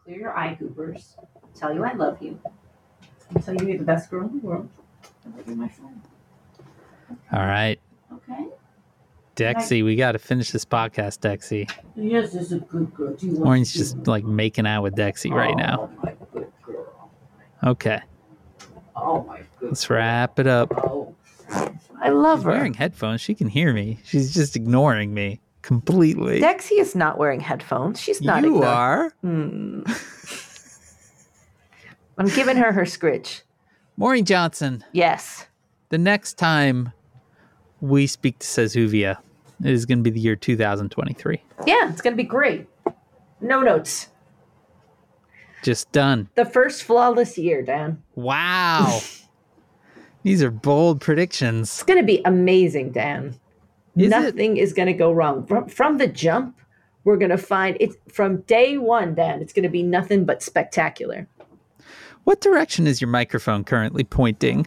B: Clear your eye goopers. Tell you I love you. And tell you you're the best girl in the world. And that you're my friend.
A: All right.
B: Okay?
A: Dexy, we got to finish this podcast, Dexy.
B: Yes, is a good girl. Do you want
A: Orange's just like making out with Dexy right now.
B: Oh my good girl.
A: Okay.
B: Oh my good
A: Let's wrap it up.
B: girl. I love
A: She's wearing headphones. She can hear me. She's just ignoring me completely.
B: Dexy is not wearing headphones. She's not.
A: you
B: ignoring-
A: are.
B: Hmm. I'm giving her her scritch.
A: Maureen Johnson,
B: Yes.
A: the next time we speak to Sezuvia, it is going to be the year 2023.
B: Yeah, it's gonna be great. No notes.
A: Just done.
B: The first flawless year, Dan.
A: Wow. These are bold
B: It's
A: predictions.
B: gonna be amazing, Dan.
A: Is it?
B: Nothing is going to go wrong from, from the jump. We're gonna find it's from day one. Then it's gonna be nothing but spectacular.
A: What direction is your microphone currently pointing?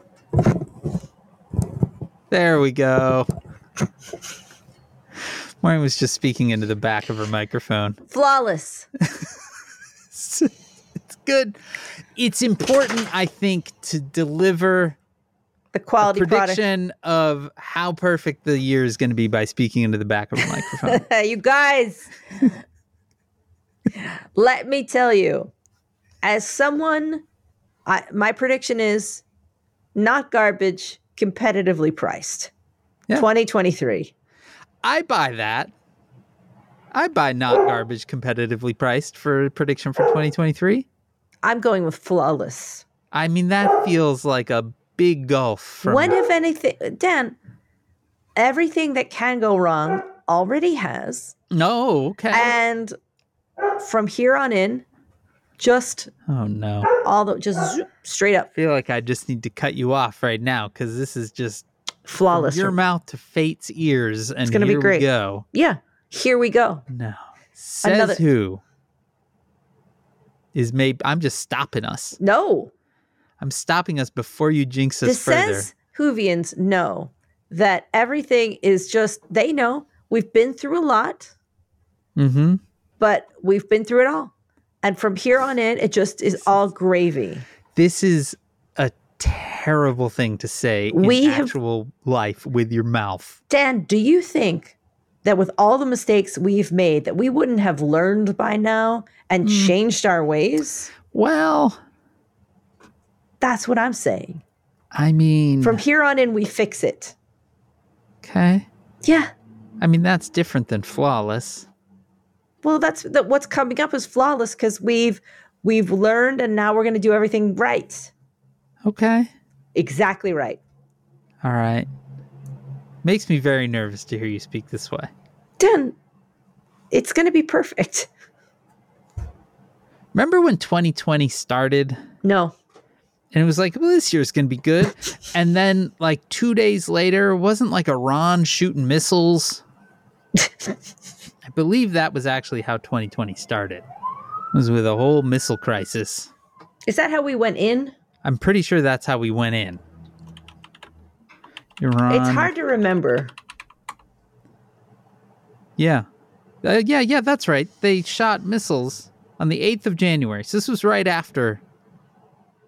A: There we go. Maureen was just speaking into the back of her microphone.
B: Flawless.
A: It's good. It's important, I think, to deliver
B: The quality product.
A: prediction of how perfect the year is going to be by speaking into the back of a microphone.
B: you guys, let me tell you, as someone, I, my prediction is not garbage, competitively priced.
A: Yeah.
B: 2023.
A: I buy that. I buy not garbage competitively priced for a prediction for 2023.
B: I'm going with flawless.
A: I mean, that feels like a big gulf from
B: When, if anything, Dan, everything that can go wrong already has.
A: No, okay.
B: And from here on in, just
A: oh no.
B: all the, just zoop, straight up,
A: I feel like I just need to cut you off right now because this is just from
B: flawless.
A: your mouth to fate's ears, and
B: gonna be
A: here we
B: great.
A: go.
B: yeah, here we go.
A: No, says
B: Another-
A: who is maybe? I'm just stopping us.
B: No,
A: I'm stopping us before you jinx us
B: the
A: further.
B: says Hoovians know that everything is just, they know we've been through a lot,
A: mm-hmm.
B: but we've been through it all. And from here on in, it just is all gravy.
A: This is a terrible thing to say
B: We
A: in
B: have-
A: actual life with your mouth.
B: Dan, do you think that with all the mistakes we've made that we wouldn't have learned by now and changed our ways?
A: Well,
B: That's what I'm saying.
A: I mean,
B: From here on in we fix it.
A: okay.
B: Yeah.
A: I mean, that's different than flawless.
B: Well, that's that what's coming up is flawless cuz we've we've learned and now we're going to do everything right.
A: Okay.
B: Exactly right.
A: All right. Makes me very nervous to hear you speak this way.
B: Dan, it's going to be perfect.
A: Remember when 2020 started and
B: No.
A: it was like, well, this year's going to be good. and then, like, two days later, wasn't like Iran shooting missiles? I believe that was actually how 2020 started. It was with a whole missile crisis.
B: Is that how we went in?
A: I'm pretty sure that's how we went in. Iran.
B: it's hard to remember.
A: Yeah. Uh, yeah, yeah, that's right. They shot missiles on the 8th of January. So this was right after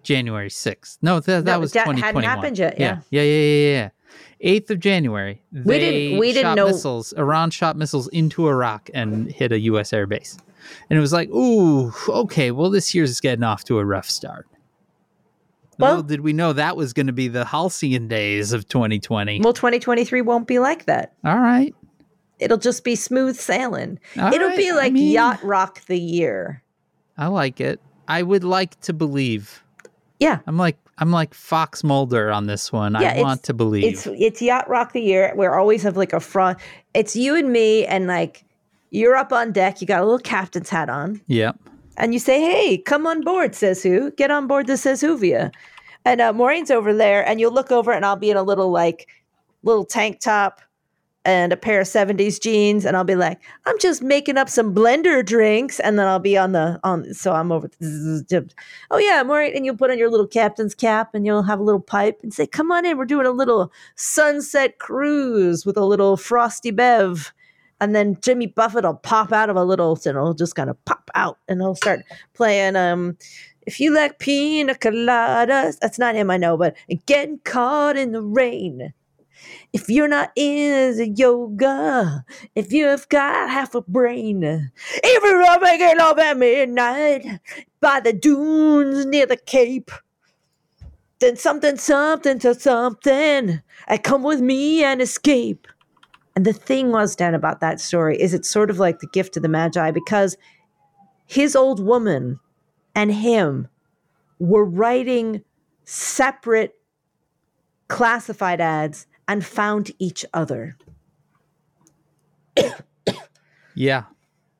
A: January 6th. No, th- that
B: No,
A: was
B: that hadn't
A: 2021.
B: happened yet,
A: Yeah, yeah, yeah, yeah. yeah. 8th of January. They
B: didn't- we didn't
A: shot
B: know-
A: missiles. Iran shot missiles into Iraq and hit a US airbase. And it was like, "Ooh, okay, well this year's getting off to a rough start."
B: Well-
A: Little did we know that was going to be the halcyon days of 2020.
B: Well, 2023 won't be like that.
A: All right.
B: It'll just be smooth sailing.
A: All
B: It'll
A: right,
B: be
A: I
B: like
A: mean-
B: yacht rock the year.
A: I like it. I would like to believe.
B: Yeah.
A: I'm like I'm like Fox Mulder on this one.
B: Yeah,
A: I
B: it's-
A: want to believe.
B: It's it's yacht rock the year. We're always have like a front. It's you and me and like you're up on deck. You got a little captain's hat on,
A: yep.
B: and you say, "Hey, come on board," says who? Get on board the says Whovia. And uh, Maureen's over there, and you'll look over, and I'll be in a little like little tank top and a pair of '70s jeans, and I'll be like, "I'm just making up some blender drinks," and then I'll be on the on. So I'm over. Oh yeah, Maureen, and you'll put on your little captain's cap, and you'll have a little pipe, and say, "Come on in, we're doing a little sunset cruise with a little frosty bev." And then Jimmy Buffett will pop out of a little, and it'll just kind of pop out, and he'll start playing. Um, if you like pina coladas, that's not him, I know, but getting caught in the rain. If you're not into yoga, if you've got half a brain, if you're up waking up at midnight by the dunes near the Cape, then something, something to something, and come with me and escape. And the thing was, Dan, about that story is it's sort of like the gift of the Magi because his old woman and him were writing separate classified ads and found each other.
A: Yeah.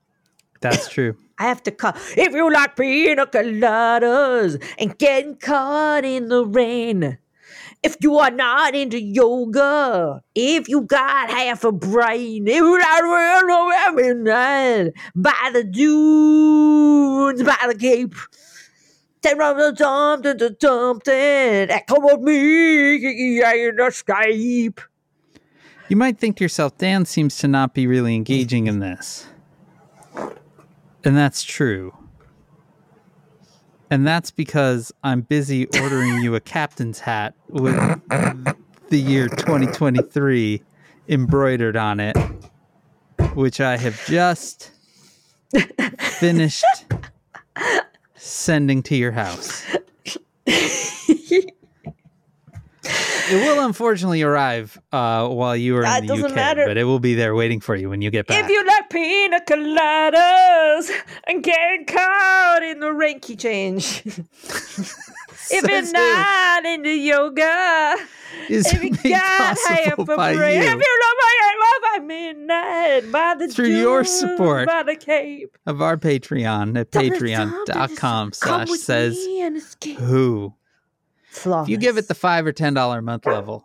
A: That's true.
B: I have to call. If you like pina coladas and getting caught in the rain, If you are not into yoga, if you got half a brain, if you not real nine, by the dunes, by the cape. Ten rum the dum dum dum dum dum. Come with me, yeah, in the Skype.
A: You might think to yourself, Dan seems to not be really engaging in this. And that's true. And that's because I'm busy ordering you a captain's hat with the year 2023 embroidered on it, which I have just finished sending to your house. It will unfortunately arrive uh, while you are
B: That
A: in the
B: doesn't
A: UK,
B: matter.
A: but it will be there waiting for you when you get back.
B: If you like pina coladas and getting caught in the ranky change, if
A: Says
B: you're not into yoga,
A: who is
B: if you
A: made
B: got half
A: possible
B: a
A: by
B: brain, if you
A: you.
B: love my love by midnight, by the
A: Through your
B: June,
A: support.
B: by the cape,
A: of our Patreon at
B: Dum, dum, dum, dum,
A: patreon.com
B: dum, come
A: slash
B: with
A: says
B: me and escape.
A: who. If
B: Flawless.
A: you give it the five or ten dollar a month level,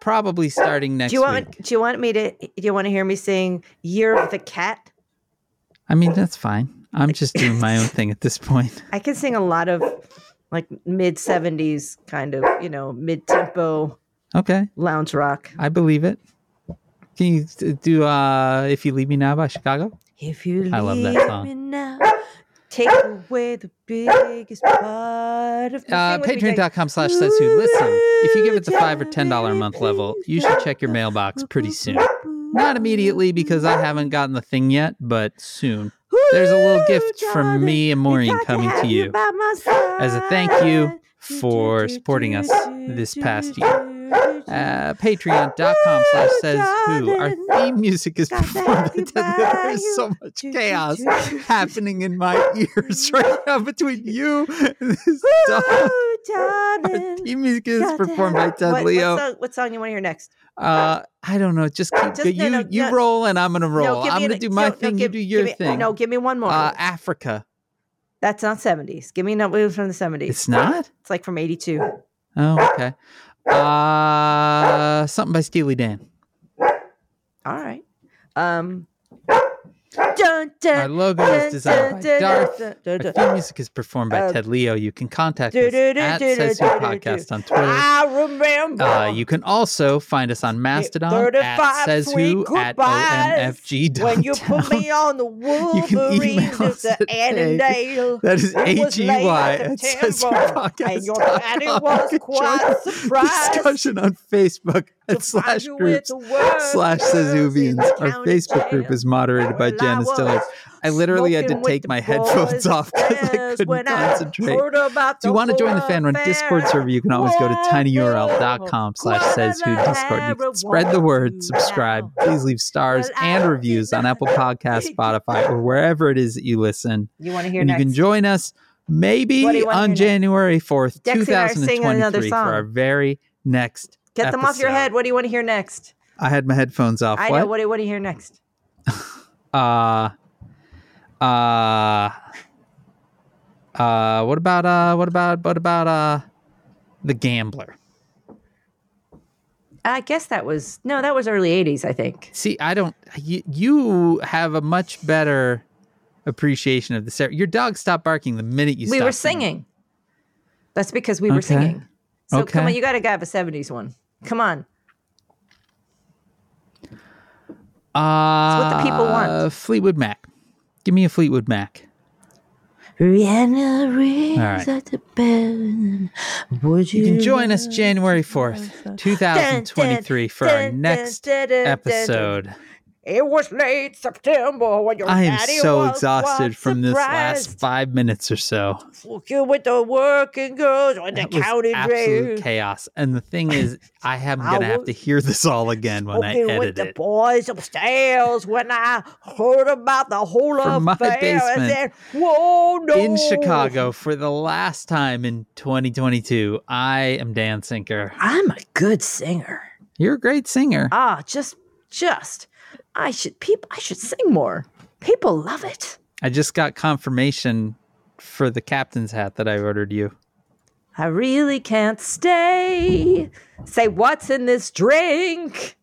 A: probably starting next
B: do you want?
A: week.
B: Do you want me to? Do you want to hear me sing "Year of the Cat"?
A: I mean, that's fine. I'm just doing my own thing at this point.
B: I can sing a lot of like mid 70s kind of, you know, mid tempo
A: Okay,
B: lounge rock.
A: I believe it. Can you t- do uh "If You Leave Me Now" by Chicago?
B: If you leave
A: I love that song.
B: me now, take away the biggest part of me.
A: uh,
B: Sing with me, guys.
A: patreon.com slash says who listen if you give it the five or ten dollar a month level you should check your mailbox pretty soon not immediately because i haven't gotten the thing yet but soon there's a little gift from me and maureen
B: Got
A: coming
B: have
A: to
B: you
A: you
B: by my
A: as a thank you
B: side.
A: for supporting us this past year uh, patreon.com slash
B: Oh,
A: says who our theme music is performed by Ted Miller. there's so much chaos happening in my ears right now between you and this dog
B: Ooh, darling,
A: Team music is
B: got to
A: performed by
B: have-
A: Ted
B: what,
A: Leo.
B: What song, what song you want to hear next?
A: Uh, I don't know. Just, keep,
B: Just-
A: you
B: no, no,
A: you
B: no.
A: roll and I'm gonna roll.
B: No, give
A: I'm
B: me
A: gonna
B: an- e,
A: do my
B: no, no,
A: thing.
B: give-
A: you do your
B: give me- oh,
A: thing.
B: No, give me one more.
A: uh, Africa.
B: That's not 70s. Give me another one from the 70s.
A: It's not.
B: It's like from 82.
A: Oh, okay. Uh, something by Steely Dan.
B: All right. Um, dun, dun,
A: Our logo is designed by Darth. Our theme music is performed by
B: Uh,
A: Ted Leo. You can contact
B: do,
A: us
B: do, do,
A: at
B: do, do,
A: Says Who
B: do, do,
A: Podcast on Twitter.
B: I remember.
A: Uh, you can also find us on Mastodon at
B: 35
A: says
B: sweet
A: who at
B: goodbyes
A: omfg.
B: when you put me on the Wolverine
A: email
B: of
A: us
B: the
A: at
B: Annandale.
A: That is
B: It was late
A: A-G-Y at
B: September, and your daddy
A: sessionpodcast.com.
B: was
A: You can
B: quite
A: join the
B: surprised
A: Discussion on Facebook at slash groups slash Sazuvians. Our Facebook group is moderated by
B: Well, I
A: Janice
B: was
A: Dillard. I literally had to
B: smoking with
A: take
B: the
A: my headphones
B: boys
A: off because I
B: upstairs
A: couldn't
B: when I
A: concentrate.
B: heard about
A: If you
B: the
A: want to join the fan run
B: warfare.
A: Discord server, you can always go to tinyurl.com slash says who Discord. You can spread the word, subscribe, please leave stars and reviews on Apple Podcasts, Spotify, or wherever it is that you listen.
B: You want to hear
A: and
B: next?
A: you can join us
B: What do
A: maybe
B: you wanna hear
A: on
B: next?
A: January 4th,
B: Dexy and I are singing another
A: 2023 for our
B: song.
A: very next.
B: Get them off your
A: episode.
B: head. What do you want to hear next?
A: I had my headphones off.
B: I
A: what?
B: know. What do, what do you hear next?
A: uh uh uh what about uh what about what about uh the gambler
B: I guess that was no, that was early '80s. I think.
A: see i don't you, you have a much better appreciation of the ser- your dog stopped barking the minute you
B: we
A: stopped
B: were
A: singing.
B: singing. That's because we were
A: Okay.
B: singing. So
A: Okay.
B: come on, you got to have a '70s one. Come on.
A: uh
B: what the people want.
A: fleetwood mac give me a fleetwood mac
B: Rihanna rings
A: right.
B: at the bell. Would you?
A: you can join us january 4th 2023 for our next episode
B: It was late September when your
A: i am
B: daddy
A: so
B: was
A: exhausted
B: quite
A: from this last
B: surprised.
A: five minutes or so
B: You with the working girls on the
A: That was
B: county
A: absolute
B: jail.
A: chaos. And the thing is, I am
B: I
A: gonna have
B: was
A: to hear this all again when I
B: Smoking with
A: edit
B: the
A: it.
B: boys upstairs when I heard about the whole
A: From my
B: affair.
A: basement
B: I said, "Whoa, no!"
A: In Chicago for the last time in 2022, I am Dan Sinker.
B: I'm a good singer.
A: You're a great singer.
B: Ah, just, just, I should people, I should sing more. People love it.
A: I just got confirmation for the captain's hat that I ordered you.
B: I really can't stay. Say, what's in this drink?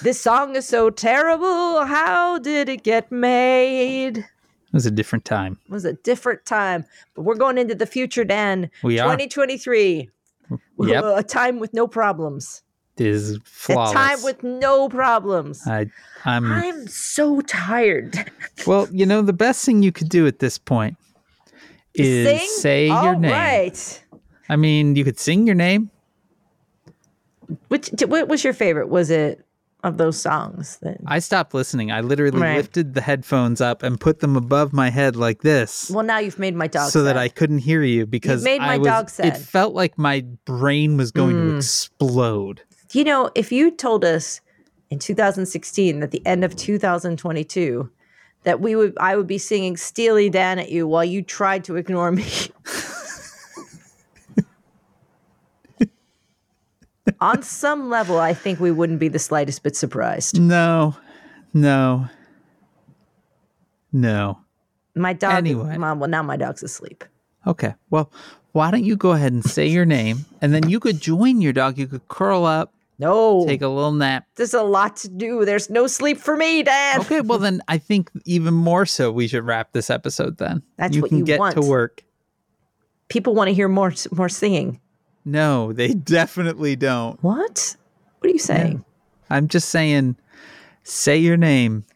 B: This song is so terrible. How did it get made?
A: It was a different time.
B: It was a different time, but we're going into the future, Dan.
A: We are.
B: 2023.
A: Mm, Yep.
B: A time with no problems.
A: It is
B: A
A: flawless.
B: time with no problems.
A: I, I'm
B: I'm so tired.
A: Well, you know, the best thing you could do at this point is
B: Sing?
A: say your
B: All
A: name.
B: right.
A: I mean, you could sing your name.
B: Which t- what was your favorite? Was it of those songs? That,
A: I stopped listening. I literally
B: Right.
A: lifted the headphones up and put them above my head like this
B: well, now you've made my dog.
A: so that
B: sad.
A: I couldn't hear you because
B: made my
A: I was,
B: dog Hmm.
A: it
B: sad.
A: felt like my brain was going to explode.
B: You know, if you told us in 2016 at the end of 2022 that we would I would be singing Steely Dan at you while you tried to ignore me. On some level, I think we wouldn't be the slightest bit surprised.
A: No, no, no.
B: My dog,
A: Anyway.
B: mom, well, now my dog's asleep.
A: Okay. Well, why don't you go ahead and say your name and then you could join your dog. You could curl up,
B: No,
A: take a little nap.
B: there's a lot to do. There's no sleep for me, Dan.
A: Okay, well then I think even more so we should wrap this episode then.
B: That's
A: you
B: what
A: can
B: you
A: get
B: want.
A: to work.
B: People want to hear more, more singing.
A: No, they definitely don't.
B: What? What are you saying?
A: I'm just saying say your name.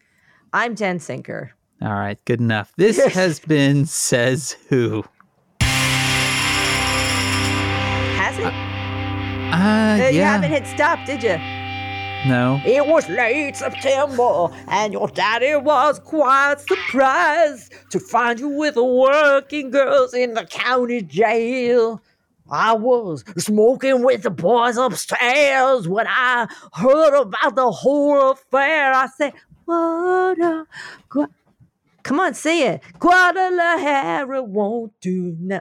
B: I'm Dan Sinker.
A: All right, good enough. This has been says who.
B: Has it?
A: Ah,
B: Uh, You
A: yeah.
B: haven't hit stop, did you?
A: no.
B: It was late September, and your daddy was quite surprised to find you with the working girls in the county jail. I was smoking with the boys upstairs when I heard about the whole affair. I said, What a. Gua- Come on, say it. Guadalajara won't do now.